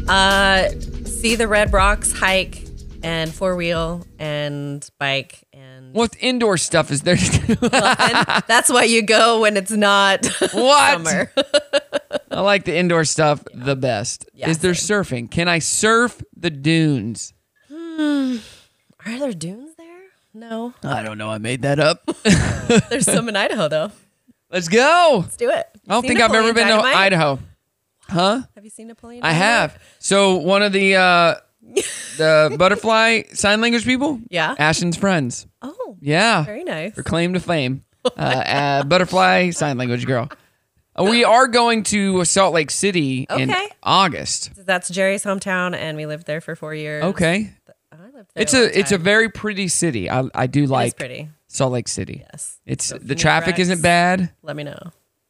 Speaker 2: Uh, see the red rocks, hike, and four wheel and bike.
Speaker 1: What indoor stuff is there to do?
Speaker 2: That's why you go when it's not
Speaker 1: What?
Speaker 2: summer.
Speaker 1: I like the indoor stuff the best.
Speaker 2: Yeah,
Speaker 1: is there surfing? Can I surf the dunes?
Speaker 2: Hmm. Are there dunes there? No.
Speaker 1: I don't know. I made that up.
Speaker 2: There's some in Idaho though.
Speaker 1: Let's go.
Speaker 2: Let's do it.
Speaker 1: I don't
Speaker 2: Seen
Speaker 1: think I've ever
Speaker 2: Napoleon
Speaker 1: been
Speaker 2: Dynamite?
Speaker 1: to Idaho. Huh?
Speaker 2: Have you seen Napoleon?
Speaker 1: I
Speaker 2: Dynamite?
Speaker 1: have. So one of the uh the butterfly sign language people?
Speaker 2: Yeah.
Speaker 1: Ashton's friends.
Speaker 2: Oh.
Speaker 1: Yeah.
Speaker 2: Very nice.
Speaker 1: Her claim to fame. Uh, uh butterfly sign language girl. Uh, We are going to Salt Lake City in
Speaker 2: Okay.
Speaker 1: August.
Speaker 2: That's Jerry's hometown, and we lived there for four years.
Speaker 1: Okay. It's a it's a very pretty city. I I do like
Speaker 2: pretty.
Speaker 1: Salt Lake City.
Speaker 2: Yes.
Speaker 1: It's
Speaker 2: So if you
Speaker 1: the
Speaker 2: need
Speaker 1: traffic
Speaker 2: wrecks,
Speaker 1: isn't bad.
Speaker 2: Let me know.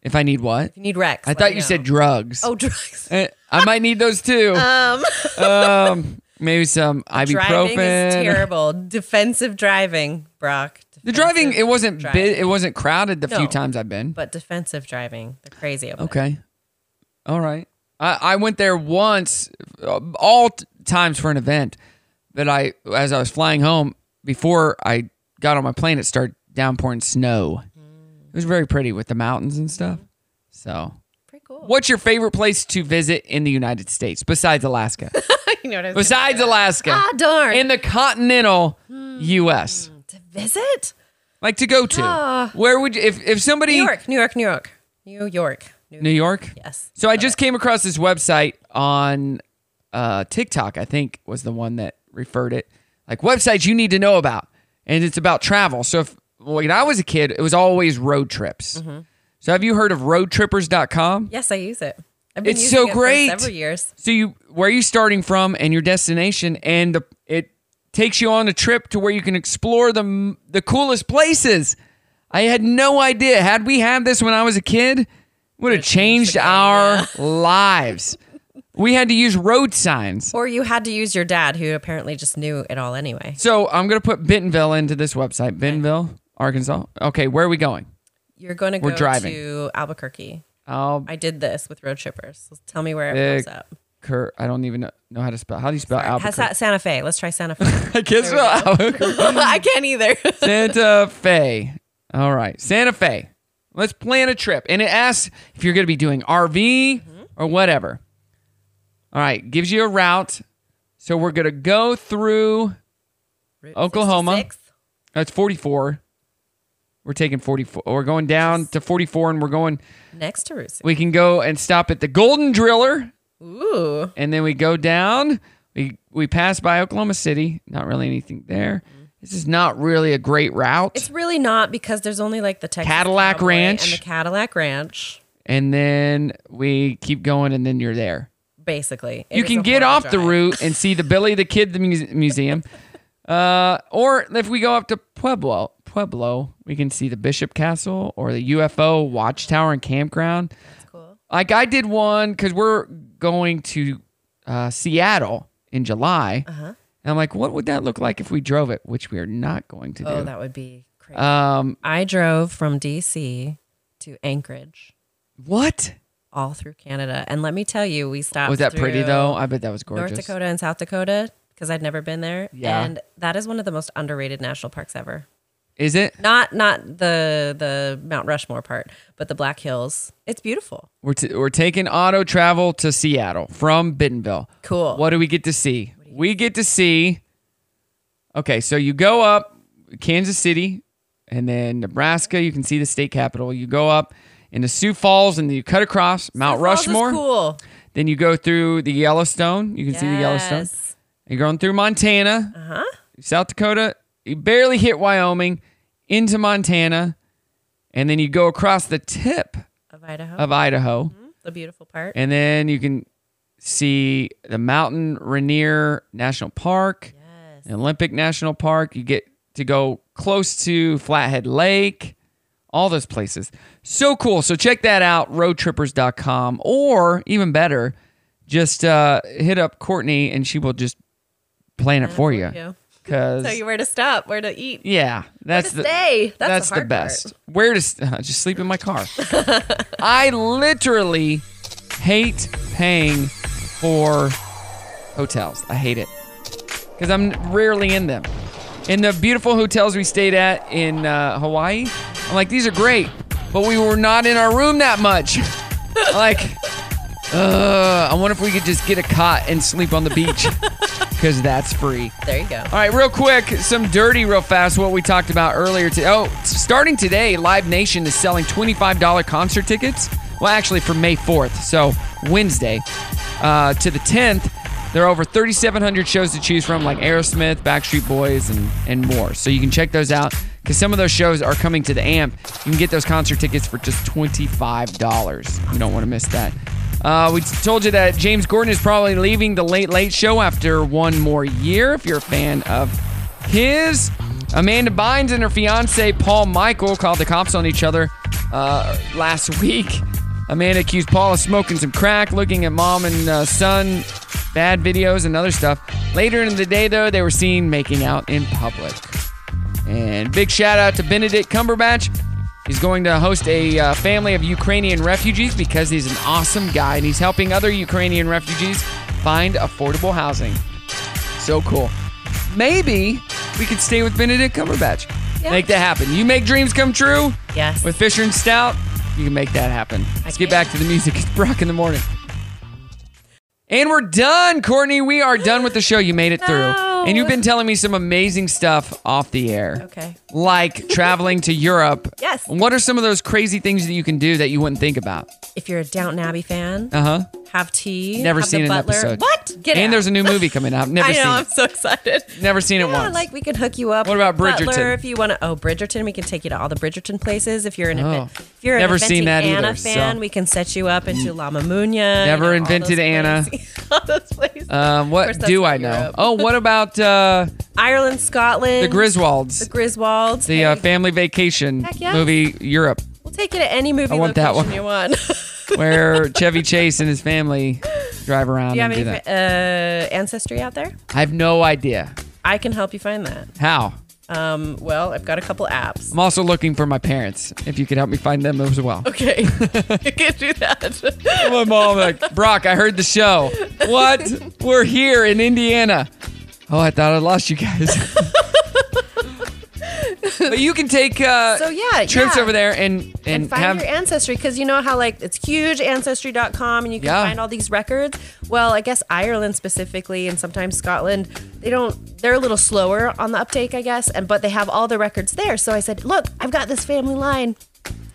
Speaker 1: If I need what?
Speaker 2: If you need wrecks,
Speaker 1: I
Speaker 2: let
Speaker 1: thought
Speaker 2: me
Speaker 1: you
Speaker 2: know.
Speaker 1: said drugs.
Speaker 2: Oh, drugs.
Speaker 1: Eh, I might need those too.
Speaker 2: Um.
Speaker 1: Um, maybe some
Speaker 2: Driving is
Speaker 1: ibuprofen.
Speaker 2: terrible. Defensive driving, Brock.
Speaker 1: The driving it wasn't
Speaker 2: Drive.
Speaker 1: bi- it wasn't crowded the few
Speaker 2: No.
Speaker 1: times I've been.
Speaker 2: But defensive driving, they're crazy. Over
Speaker 1: Okay, all right. I, I went there once, uh, all t- times for an event. But I, as I was flying home before I got on my plane, it started downpouring snow.
Speaker 2: Mm.
Speaker 1: It was very pretty with the mountains and stuff.
Speaker 2: Mm-hmm.
Speaker 1: So pretty cool. What's your favorite place to visit in the United States besides Alaska?
Speaker 2: there. you know what I was gonna
Speaker 1: besides Alaska.
Speaker 2: Ah, darn. Hmm.
Speaker 1: In the continental U.S.
Speaker 2: visit?
Speaker 1: Like to go to.
Speaker 2: Ah.
Speaker 1: Where would you, if, if somebody.
Speaker 2: New York, New York, New York, New York.
Speaker 1: New York?
Speaker 2: Yes.
Speaker 1: So I just came across this website on uh, TikTok, I think was the one that referred it. Like websites you need to know about. And it's about travel. So if, when I was a kid, it was always road trips. So have you heard of roadtrippers.com?
Speaker 2: Yes, I use it. I've been
Speaker 1: It's
Speaker 2: using
Speaker 1: so
Speaker 2: it for
Speaker 1: great.
Speaker 2: several years.
Speaker 1: So you where you starting from and your destination and the it takes you on a trip to where you can explore the m- the coolest places. I had no idea. Had we had this when I was a kid, would have changed our lives. We had to use road signs.
Speaker 2: Or you had to use your dad, who apparently just knew it all anyway.
Speaker 1: So I'm gonna put Bentonville into this website. Bentonville, Arkansas. Okay, where are we going?
Speaker 2: You're going to go
Speaker 1: We're driving.
Speaker 2: to Albuquerque.
Speaker 1: I'll-
Speaker 2: I did this with road trippers. Tell me where it
Speaker 1: Big
Speaker 2: comes up.
Speaker 1: Cur- I don't even know, know how to spell. How do you spell
Speaker 2: Has
Speaker 1: Albuquerque?
Speaker 2: that Santa Fe. Let's try Santa Fe.
Speaker 1: I can't spell Albuquerque.
Speaker 2: I can't either.
Speaker 1: Santa Fe. All right, Santa Fe. Let's plan a trip. And it asks if you're going to be doing RV or whatever. All right, gives you a route. So we're going to go through Oklahoma. That's 44. We're taking 44. We're going down to 44 and we're going
Speaker 2: Next to Ruth.
Speaker 1: we can go and stop at the Golden Driller
Speaker 2: Ooh.
Speaker 1: and then we go down. We we pass by Oklahoma City. Not really anything there. This is not really a great route.
Speaker 2: It's really not because there's only like the Texas
Speaker 1: Cadillac
Speaker 2: Cowboy
Speaker 1: Ranch.
Speaker 2: and the Cadillac Ranch,
Speaker 1: and then we keep going, and then you're there.
Speaker 2: basically. It
Speaker 1: you
Speaker 2: is
Speaker 1: can
Speaker 2: a
Speaker 1: get
Speaker 2: horrible
Speaker 1: off the
Speaker 2: drive.
Speaker 1: route and see the Billy the Kid the muse- museum, uh, or if we go up to Pueblo, Pueblo, we can see the Bishop Castle or the UFO Watchtower and campground. That's cool. Like I did one because we're going to uh, Seattle in July,
Speaker 2: Uh-huh.
Speaker 1: and I'm like, what would that look like if we drove it? Which we are not going to do.
Speaker 2: Oh, that would be crazy.
Speaker 1: Um,
Speaker 2: I drove from DC to Anchorage.
Speaker 1: What?
Speaker 2: All through Canada. And let me tell you, we stopped.
Speaker 1: Was that pretty,
Speaker 2: through
Speaker 1: though? I bet that was gorgeous.
Speaker 2: North Dakota and South Dakota because I'd never been there.
Speaker 1: Yeah.
Speaker 2: And that is one of the most underrated national parks ever.
Speaker 1: Is it?
Speaker 2: Not not the the Mount Rushmore part, but the Black Hills. It's beautiful.
Speaker 1: We're, t- we're taking auto travel to Seattle from Bentonville.
Speaker 2: Cool.
Speaker 1: What do we get to see? We get to see. Okay, so you go up Kansas City and then Nebraska. You can see the state capitol. You go up into Sioux Falls and you cut across Mount
Speaker 2: Falls is
Speaker 1: Rushmore.
Speaker 2: cool.
Speaker 1: Then you go through the Yellowstone. You can see the Yellowstone.
Speaker 2: Yes.
Speaker 1: You're going through Montana,
Speaker 2: Uh-huh.
Speaker 1: South Dakota. You barely hit Wyoming into Montana. And then you go across the tip
Speaker 2: Of Idaho. Mm-hmm.
Speaker 1: of Idaho.
Speaker 2: The beautiful part.
Speaker 1: And then you can see the Mountain Rainier National Park, the Olympic National Park. You get to go close to Flathead Lake, all those places. So cool. So check that out, roadtrippers.com. Or even better, just uh, hit up Courtney and she will just plan it for you.
Speaker 2: you.
Speaker 1: Because,
Speaker 2: Tell you where to stop, where to eat.
Speaker 1: yeah, that's
Speaker 2: to
Speaker 1: the,
Speaker 2: stay. That's the
Speaker 1: the,
Speaker 2: hard part.
Speaker 1: best. Where to st- just sleep in my car. I literally hate paying for hotels. I hate it because I'm rarely in them. In the beautiful hotels we stayed at in uh, Hawaii, I'm like, these are great, but we were not in our room that much. like, uh, I wonder if we could just get a cot and sleep on the beach because that's free.
Speaker 2: There you go.
Speaker 1: All right, real quick, some dirty, real fast. What we talked about earlier today. Oh, starting today, Live Nation is selling twenty-five dollar concert tickets. Well, actually, for May fourth, so Wednesday uh, to the tenth, there are over thirty-seven hundred shows to choose from, like Aerosmith, Backstreet Boys, and and more. So you can check those out because some of those shows are coming to the AMP. You can get those concert tickets for just twenty-five dollars. You don't want to miss that. Uh, we told you that James Gordon is probably leaving the Late Late Show after one more year. If you're a fan of his, Amanda Bynes and her fiance Paul Michael called the cops on each other uh, last week. Amanda accused Paul of smoking some crack, looking at mom and uh, son bad videos and other stuff. Later in the day, though, they were seen making out in public. And big shout out to Benedict Cumberbatch. He's going to host a uh, family of Ukrainian refugees because he's an awesome guy and he's helping other Ukrainian refugees find affordable housing. So cool. Maybe we could stay with Benedict Cumberbatch.
Speaker 2: Yeah.
Speaker 1: Make that happen. You make dreams come true.
Speaker 2: Yes.
Speaker 1: With Fisher and Stout, you can make that happen. Let's get back to the music. It's Brock in the morning. And we're done, Courtney. We are done with the show. You made it through. And you've been telling me some amazing stuff off the air.
Speaker 2: Okay.
Speaker 1: Like traveling to Europe.
Speaker 2: Yes.
Speaker 1: What are some of those crazy things that you can do that you wouldn't think about?
Speaker 2: If you're a Downton Abbey fan,
Speaker 1: Uh huh.
Speaker 2: have tea.
Speaker 1: Never
Speaker 2: have the
Speaker 1: seen an
Speaker 2: butler.
Speaker 1: episode.
Speaker 2: What? Get
Speaker 1: and
Speaker 2: out.
Speaker 1: there's a new movie coming out. Never
Speaker 2: I know.
Speaker 1: seen
Speaker 2: I'm
Speaker 1: it.
Speaker 2: so excited.
Speaker 1: Never seen it
Speaker 2: yeah,
Speaker 1: once.
Speaker 2: like we could hook you up.
Speaker 1: What about
Speaker 2: with the Butler
Speaker 1: Bridgerton?
Speaker 2: if you want to. Oh, Bridgerton. We can take you to all the Bridgerton places. If you're an
Speaker 1: Oh.
Speaker 2: event, if you're
Speaker 1: Never
Speaker 2: an
Speaker 1: seen
Speaker 2: inventing
Speaker 1: that
Speaker 2: Anna
Speaker 1: either, so- Mm.
Speaker 2: fan, we can set you up into La Mamuna.
Speaker 1: Never invented Anna. Um,
Speaker 2: course,
Speaker 1: what
Speaker 2: that's
Speaker 1: do
Speaker 2: not
Speaker 1: I know?
Speaker 2: Europe.
Speaker 1: Oh, what about uh,
Speaker 2: Ireland, Scotland,
Speaker 1: the Griswolds?
Speaker 2: the Griswolds.
Speaker 1: The uh, family vacation
Speaker 2: Heck yes.
Speaker 1: movie Europe,
Speaker 2: we'll take you to any movie
Speaker 1: I want that
Speaker 2: location
Speaker 1: one.
Speaker 2: you want.
Speaker 1: where Chevy Chase and his family drive around
Speaker 2: do you have
Speaker 1: and do
Speaker 2: any
Speaker 1: that.
Speaker 2: fa- uh, ancestry out there?
Speaker 1: I have no idea
Speaker 2: I can help you find that.
Speaker 1: how.
Speaker 2: Um, well, I've got a couple apps.
Speaker 1: I'm also looking for my parents. If you could help me find them as well.
Speaker 2: Okay, you can do that.
Speaker 1: my mom like Brock. I heard the show. What? We're here in Indiana. Oh, I thought I lost you guys. but you can take uh,
Speaker 2: So, yeah,
Speaker 1: trips
Speaker 2: yeah.
Speaker 1: over there and and,
Speaker 2: and find
Speaker 1: have
Speaker 2: your ancestry because you know how like it's huge ancestry.com and you can
Speaker 1: Yeah.
Speaker 2: find all these records well i guess ireland specifically and sometimes scotland they don't they're a little slower on the uptake i guess and but they have all the records there so i said look i've got this family line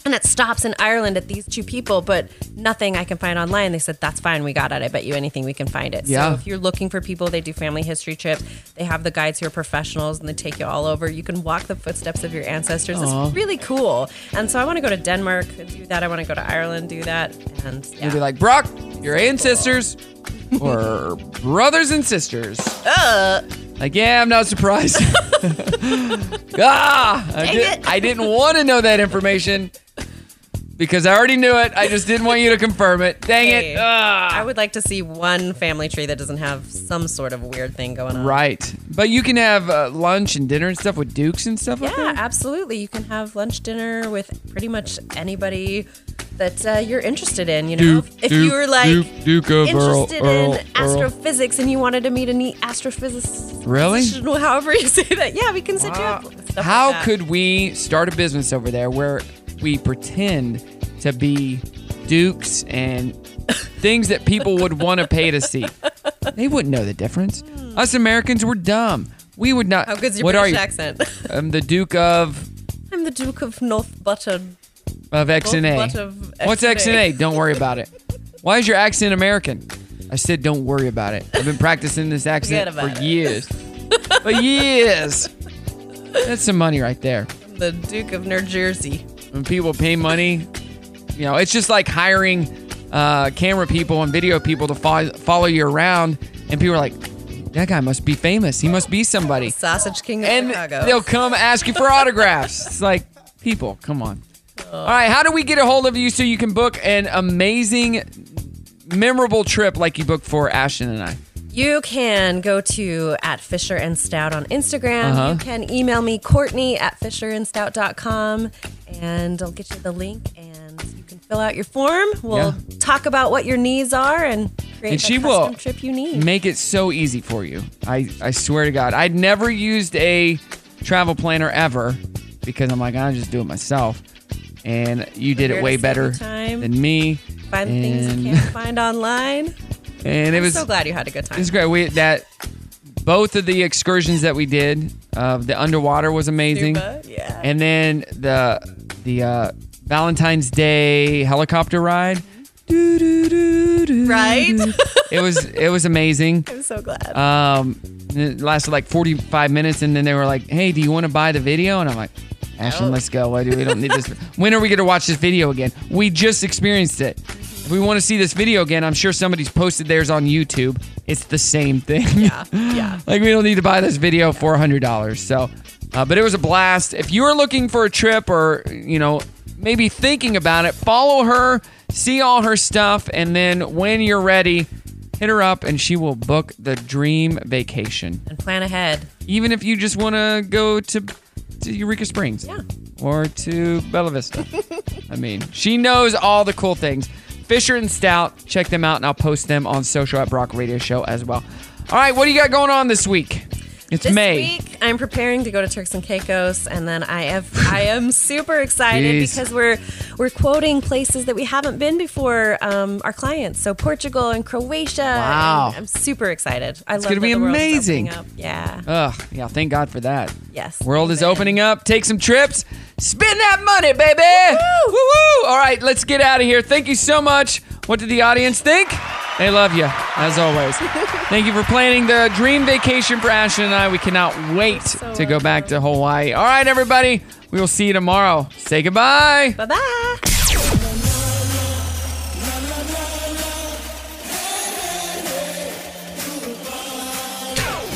Speaker 2: and it stops in Ireland at these two people, but nothing I can find online. They said, That's fine. We got it. I bet you anything we can find it.
Speaker 1: Yeah.
Speaker 2: So if you're looking for people, they do family history trips. They have the guides who are professionals and they take you all over. You can walk the footsteps of your ancestors.
Speaker 1: Aw.
Speaker 2: It's really cool. And so I want to go to Denmark and do that. I want to go to Ireland, do that. And
Speaker 1: you'll be like Brock, your ancestors were brothers and sisters.
Speaker 2: uh,
Speaker 1: Like, yeah, I'm not surprised. ah, I,
Speaker 2: Dang
Speaker 1: did, I didn't want to know that information because I already knew it. I just didn't want you to confirm it. Ah. Dang
Speaker 2: hey,
Speaker 1: it.
Speaker 2: I would like to see one family tree that doesn't have some sort of weird thing going on.
Speaker 1: Right. But you can have uh, lunch and dinner and stuff with Dukes and stuff like
Speaker 2: Yeah,
Speaker 1: that.
Speaker 2: absolutely. You can have lunch, dinner with pretty much anybody that uh, you're interested in. You know,
Speaker 1: Duke,
Speaker 2: if
Speaker 1: Duke,
Speaker 2: you were like
Speaker 1: Duke, Duke of Earl,
Speaker 2: interested
Speaker 1: Earl,
Speaker 2: in
Speaker 1: Earl.
Speaker 2: astrophysics and you wanted to meet a neat astrophysicist,
Speaker 1: Really?
Speaker 2: however you say that, yeah, we can sit you up. Stuff
Speaker 1: How
Speaker 2: like that.
Speaker 1: could we start a business over there where we pretend to be Dukes and things that people would want to pay to see? They wouldn't know the difference. Us Americans were dumb. We would not.
Speaker 2: Hmm. How good's your
Speaker 1: what
Speaker 2: British
Speaker 1: are you? Uh,
Speaker 2: accent?
Speaker 1: I'm the Duke of
Speaker 2: I'm the Duke of North Button.
Speaker 1: of X and
Speaker 2: Both
Speaker 1: A.
Speaker 2: of
Speaker 1: What's
Speaker 2: X
Speaker 1: X
Speaker 2: and
Speaker 1: and
Speaker 2: A?
Speaker 1: A? Don't worry about it. Why is your accent American? I said, don't worry about it. I've been practicing this accent
Speaker 2: Forget
Speaker 1: for
Speaker 2: about it.
Speaker 1: years. for years. That's some money right there.
Speaker 2: The Duke of New Jersey.
Speaker 1: When people pay money, you know, it's just like hiring uh, camera people and video people to fo- follow you around, and people are like, that guy must be famous. He must be somebody.
Speaker 2: Sausage King of Chicago.
Speaker 1: They'll come ask you for autographs. It's like, people, come on. All right, how do we get a hold of you so you can book an amazing, memorable trip like you booked for Ashton and I?
Speaker 2: You can go to at Fisher and Stout on Instagram.
Speaker 1: Uh-huh.
Speaker 2: You can email me Courtney at fisherandstout.com and I'll get you the link and you can fill out your form. We'll
Speaker 1: Yeah.
Speaker 2: talk about what your needs are and create
Speaker 1: And
Speaker 2: the
Speaker 1: she
Speaker 2: custom
Speaker 1: will
Speaker 2: trip you need.
Speaker 1: Make it so easy for you. I, I swear to God. I'd never used a travel planner ever because I'm like, I'll just do it myself. And you did
Speaker 2: Prepare
Speaker 1: it
Speaker 2: to
Speaker 1: way
Speaker 2: save
Speaker 1: better
Speaker 2: you time.
Speaker 1: than me.
Speaker 2: Find the things
Speaker 1: And-
Speaker 2: you can't find online.
Speaker 1: And it
Speaker 2: I'm
Speaker 1: was
Speaker 2: so glad you had a good time.
Speaker 1: It's great. We that both of the excursions that we did, uh, the underwater was amazing.
Speaker 2: Scuba, yeah.
Speaker 1: And then the the uh, Valentine's Day helicopter ride.
Speaker 2: Right?
Speaker 1: It was it was amazing.
Speaker 2: I'm so glad.
Speaker 1: Um, it lasted like 45 minutes, and then they were like, "Hey, do you want to buy the video?" And I'm like, "Ashton,
Speaker 2: No.
Speaker 1: let's go. Why do we don't need this? when are we going to watch this video again? We just experienced it. If we want to see this video again, I'm sure somebody's posted theirs on YouTube. It's the same thing. Yeah,
Speaker 2: yeah.
Speaker 1: like we don't need to buy this video for $100. So, uh, but it was a blast. If you are looking for a trip, or you know, maybe thinking about it, follow her, see all her stuff, and then when you're ready. Hit her up and she will book the dream vacation.
Speaker 2: And plan ahead.
Speaker 1: Even if you just want to go to, to Eureka Springs
Speaker 2: Yeah.
Speaker 1: or to Bella Vista. I mean, she knows all the cool things. Fisher and Stout, check them out and I'll post them on social at Brock Radio Show as well. All right, what do you got going on this week? It's
Speaker 2: This
Speaker 1: May.
Speaker 2: week, I'm preparing to go to Turks and Caicos, and then I have I am super excited
Speaker 1: Jeez.
Speaker 2: because we're we're quoting places that we haven't been before. Um, our clients, so Portugal and Croatia.
Speaker 1: Wow.
Speaker 2: and I'm super excited. I
Speaker 1: It's
Speaker 2: love
Speaker 1: gonna be
Speaker 2: that the world is
Speaker 1: amazing.
Speaker 2: opening up. Yeah,
Speaker 1: Ugh, yeah, thank God for that.
Speaker 2: Yes,
Speaker 1: World is opening up. Take some trips. Spend that money, baby. Woo woo. All right, let's get out of here. Thank you so much. What did the audience think? They love you, as always. Thank you for planning the dream vacation for Ashton and I. We cannot wait to go back to Hawaii. All right, everybody. We will see you tomorrow. Say goodbye.
Speaker 2: bye bye.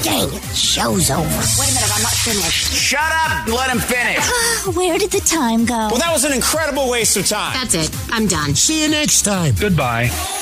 Speaker 22: Dang it, show's over. Wait a minute, I'm not finished. Shut up, let him finish.
Speaker 10: Oh, Where did the time go?
Speaker 22: Well, that was an incredible waste of time.
Speaker 10: That's it. I'm done.
Speaker 22: See you next time. Goodbye.